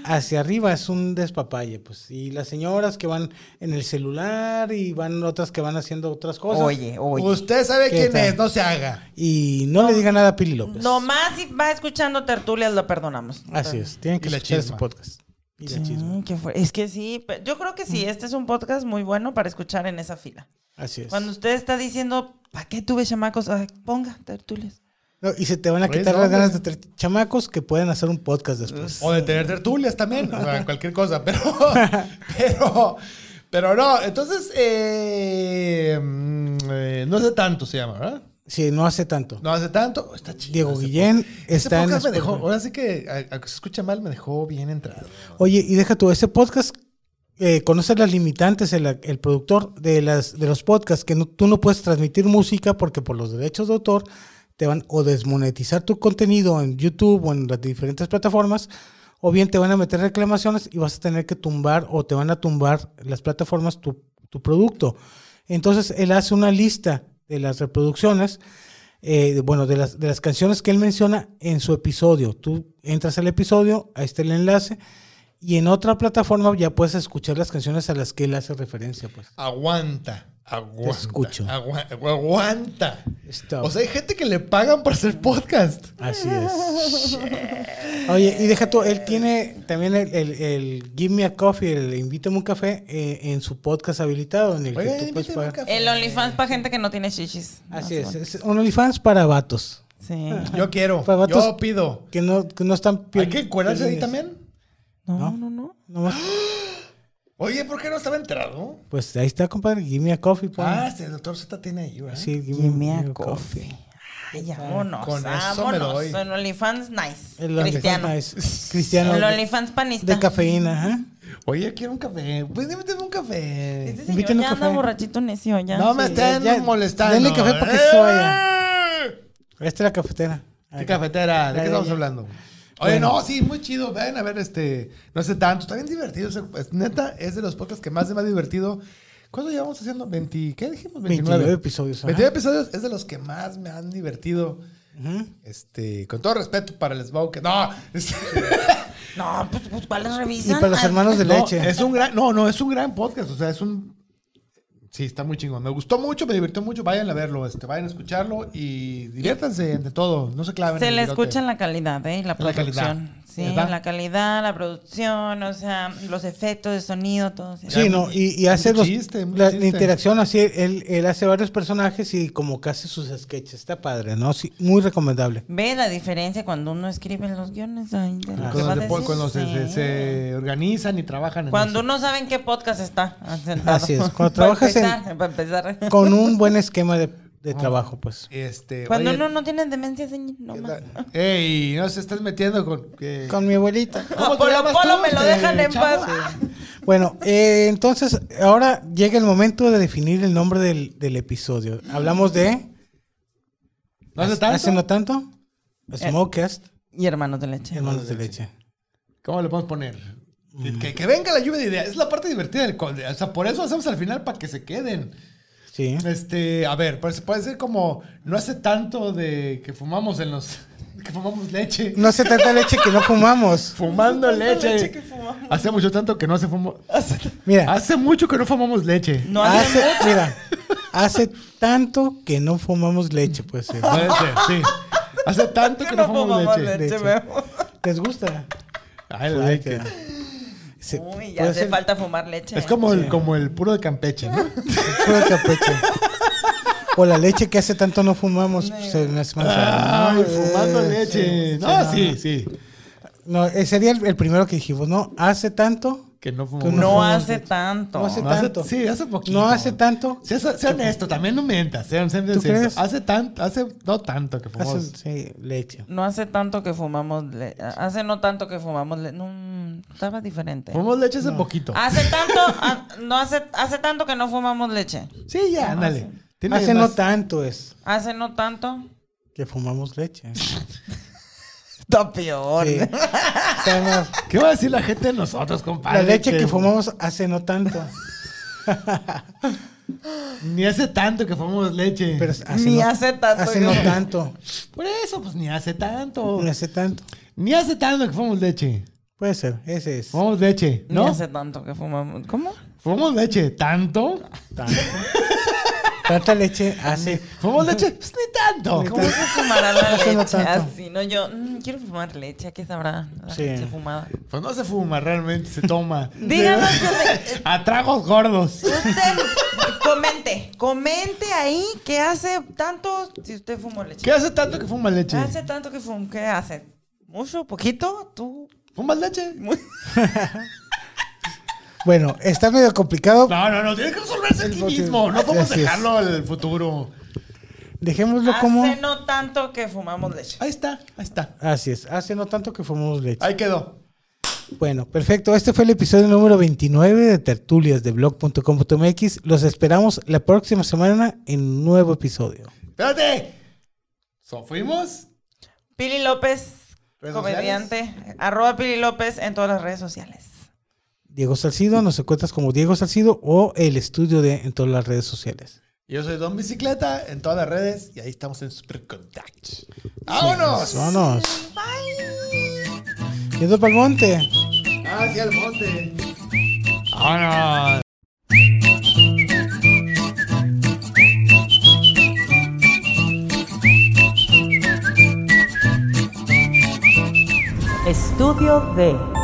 hacia arriba. Es un despapalle, pues. Y las señoras que van en el celular y van otras que van haciendo otras cosas. oye, oye. Usted sabe ¿Qué quién tal? es, no se haga. Y no, le diga nada a Pili López. Nomás si va escuchando tertulias lo perdonamos. Así es. Tienen que Y la escuchar este chisma. podcast. Y Mm. la chisma. Sí, qué fue- Es que sí, pe- yo creo que sí, este es un podcast muy bueno para escuchar en esa fila. Así es. Cuando usted está diciendo, ¿para qué tuve chamacos? Ay, ponga tertulias. No, y se te van a Pues, quitar no, las ganas de hombre. tener chamacos que pueden hacer un podcast después. O de tener tertulias también, o sea, cualquier cosa, [LAUGHS] pero, pero, pero no, entonces, eh, mm, eh, no hace tanto se llama, ¿verdad? Sí, no hace tanto. No hace tanto, está chido. Diego Ese Guillén po- ese está en podcast me dejó, Spotify. ahora sí que, a- aunque se escucha mal, me dejó bien entrado. Oye, y deja tú, ese podcast eh, conoce las limitantes, el, el productor de, las, de los podcasts, que no- tú no puedes transmitir música porque por los derechos de autor te van o desmonetizar tu contenido en YouTube o en las diferentes plataformas, o bien te van a meter reclamaciones y vas a tener que tumbar o te van a tumbar las plataformas tu, tu producto. Entonces él hace una lista de las reproducciones eh, de- bueno, de las, de las canciones que él menciona en su episodio. Tú entras al episodio, ahí está el enlace, y en otra plataforma ya puedes escuchar las canciones a las que él hace referencia, pues. Aguanta, aguanta. escucho. agua- aguanta. Stop. O sea, hay gente que le pagan por hacer podcast. [LAUGHS] Así es. Oye, y deja tú, él tiene también el, el- el Give Me a Coffee, el Invítame un café, eh, en su podcast habilitado, en el Oigan, que tú puedes invíteme pagar. un café. Ah, El OnlyFans para gente que no tiene chichis. Así No es, sé. es un OnlyFans para vatos, [LAUGHS] Sí. Yo quiero, Para vatos- yo pido. que no, que no están... ¿Hay que encuerarse ahí piolines. también? No, no, no. Nomás- Oye, ¿por qué no estaba enterado? pues ahí está, compadre, Give Me a Coffee. pon. Ah, este doctor Z tiene ahí, ¿verdad? Sí, Give Me, Y me a a Coffee. coffee. Ay, vámonos. Con eso me vámonos. doy. En OnlyFans, nice. El OnlyFans Cristiano. nice. Cristiano. El de- OnlyFans panista. De cafeína, ajá. Oye, quiero un café. Pues dime, dame un café. Este Invítale señor un ya anda café. borrachito necio ya. No me sí, estén ya- ya- molestando. denle café para que se ¡Eh! vaya. Esta es la cafetera. ¿Qué cafetera? ¿De La qué de estamos ella. hablando? Oye, Bueno. no, sí, muy chido. Ven a ver, este. No hace tanto. Está bien divertido. o sea, es- neta, es de los podcasts que más se me ha divertido. ¿Cuánto llevamos haciendo? ¿20? ¿Qué dijimos? 29, 29 episodios, ajá. 29 episodios es de los que más me han divertido. Este, con todo respeto para el Smoke. No, [LAUGHS] es- No, pues, pues ¿cuáles Y revisan? para los Ah, hermanos de no, leche. es un gran, no, no, es un gran podcast. O sea, es un. Sí, está muy chingón. Me gustó mucho, me divirtió mucho. Vayan a verlo, este, vayan a escucharlo y diviértanse de todo. No se claven. Se en el le virote. escucha en la calidad, ¿eh? Y La calidad, producción. sí, ¿verdad? la calidad, la producción, o sea, los efectos de sonido, todo. sí. Sí, no, y, y hace mucho los, chiste, mucho la, la chiste. interacción así, él, él hace varios personajes y como que hace sus sketches, está padre, ¿no? Sí, muy recomendable. ¿Ve la diferencia cuando uno escribe los guiones? Ay, de lo que Cuando, va a se, pon- decir? cuando se- se- Sí. se organizan y trabajan en Cuando eso. uno sabe en qué podcast está. ah, sentado. [LAUGHS] Así es, cuando Para trabajas en- empezar, Para [LAUGHS] empezar. Con un buen esquema de, Ah. de trabajo, pues. Este, Cuando oye, uno no tiene demencia señor, no más. Ah, Ey, no se estás metiendo con. que- Con mi abuelita. ¿Cómo te Polo, llamas Polo, tú, me lo este, dejan en chavo? paz. Bueno, eh, entonces ahora llega el momento de definir el nombre del, del episodio. Hablamos de... ¿No hace tanto? Eh. no tanto? Smokecast, Y hermanos de leche. Hermanos de Leche. ¿Cómo le podemos poner? Que, que venga la lluvia de ideas. Es la parte divertida del conde. O sea, por eso hacemos al final para que se queden. Sí. Este, a ver, pues, puede ser como no hace tanto de que fumamos en los [LAUGHS] que fumamos leche. [LAUGHS] No se trata de leche que no fumamos. Fumando leche. leche que fumamos. Hace mucho tanto que no se fumó. Mira, Hace mucho que no fumamos leche. No hace hace, mira, hace tanto que no fumamos leche, pues. sí. Puede ser, [LAUGHS] sí. Hace tanto que no, fumamos, leche. leche, leche. veo. ¿Les gusta? Pues, I like it. Sí, Uy, ya puede hace ser falta fumar leche. Es como el, como el puro de Campeche, ¿no? puro capeche. O la leche que hace tanto no fumamos. pues, se me hace más raro, Ah, Ay, ¿no? fumando Eh, leche. sí, No, sí, sí, sí. No, eh, sería el, el primero que dijimos, ¿no? Hace tanto. Que no Que fumamos. No fumamos hace leche. tanto. No hace No hace- tanto. sí, hace poquito. No hace tanto. Sea, sea- sea honesto, también no mientas. Sean, sean ¿Tú sinceros. crees? Hace tanto, hace no tanto que fumamos. Hace, sí, leche. No hace tanto que fumamos le- Hace no tanto que fumamos le- No, mm, estaba diferente. Fumamos leche hace poquito. Hace tanto, ah, no hace, hace tanto que no fumamos leche. Sí, ya, ándale. Tiene Hace más- no tanto es Hace no tanto. que [LAUGHS] fumamos leche. Está peor. Sí. Está más- ¿Qué va a decir la gente de nosotros, La compadre? leche que fumamos hace no tanto. Ni hace tanto que fumamos leche. Pero hace Ni no, hace tanto Hace que no no- tanto. Por eso, pues ni hace tanto. Ni hace tanto. Ni hace tanto que fumamos leche. Puede ser, ese es. Fumamos leche, No ¿no? hace tanto que fumamos. ¿Cómo? Fumamos leche, ¿tanto? Tanta leche hace. Fumamos leche, pues ni tanto. ¿Cómo se fumará la Hace leche? no tanto. Así, no, yo mm, quiero fumar leche. ¿A qué sabrá la Sí. leche fumada? Pues no se fuma, realmente se toma. Díganos que se- A tragos gordos. Usted comente, comente ahí qué hace tanto si usted fumó leche. ¿Qué hace tanto que fuma leche? Hace tanto que fumó, ¿qué hace? ¿Mucho? ¿Poquito? ¿Tú? ¿Fumas leche? Bueno, está medio complicado. No, no, no, tienes que resolverse El aquí bote- mismo. No podemos Así es. dejarlo al futuro. Dejémoslo como. Hace no tanto que fumamos leche. Ahí está, ahí está. Así es, hace no tanto que fumamos leche. Ahí quedó. Bueno, perfecto. Este fue el episodio número 29 de Tertulias de blog.com.mx. Los esperamos la próxima semana en un nuevo episodio. Espérate. So, fuimos. Pili López, ¿Redes comediante, arroba Pili López en todas las redes sociales. Diego Salcido, nos encuentras como Diego Salcido o el estudio de en todas las redes sociales. Yo soy Don Bicicleta en todas las redes y ahí estamos en Super Contact. ¡Vámonos! Vámonos. Yendo pa'l monte. ¡Hacia el monte! ¡Vámonos! Estudio de...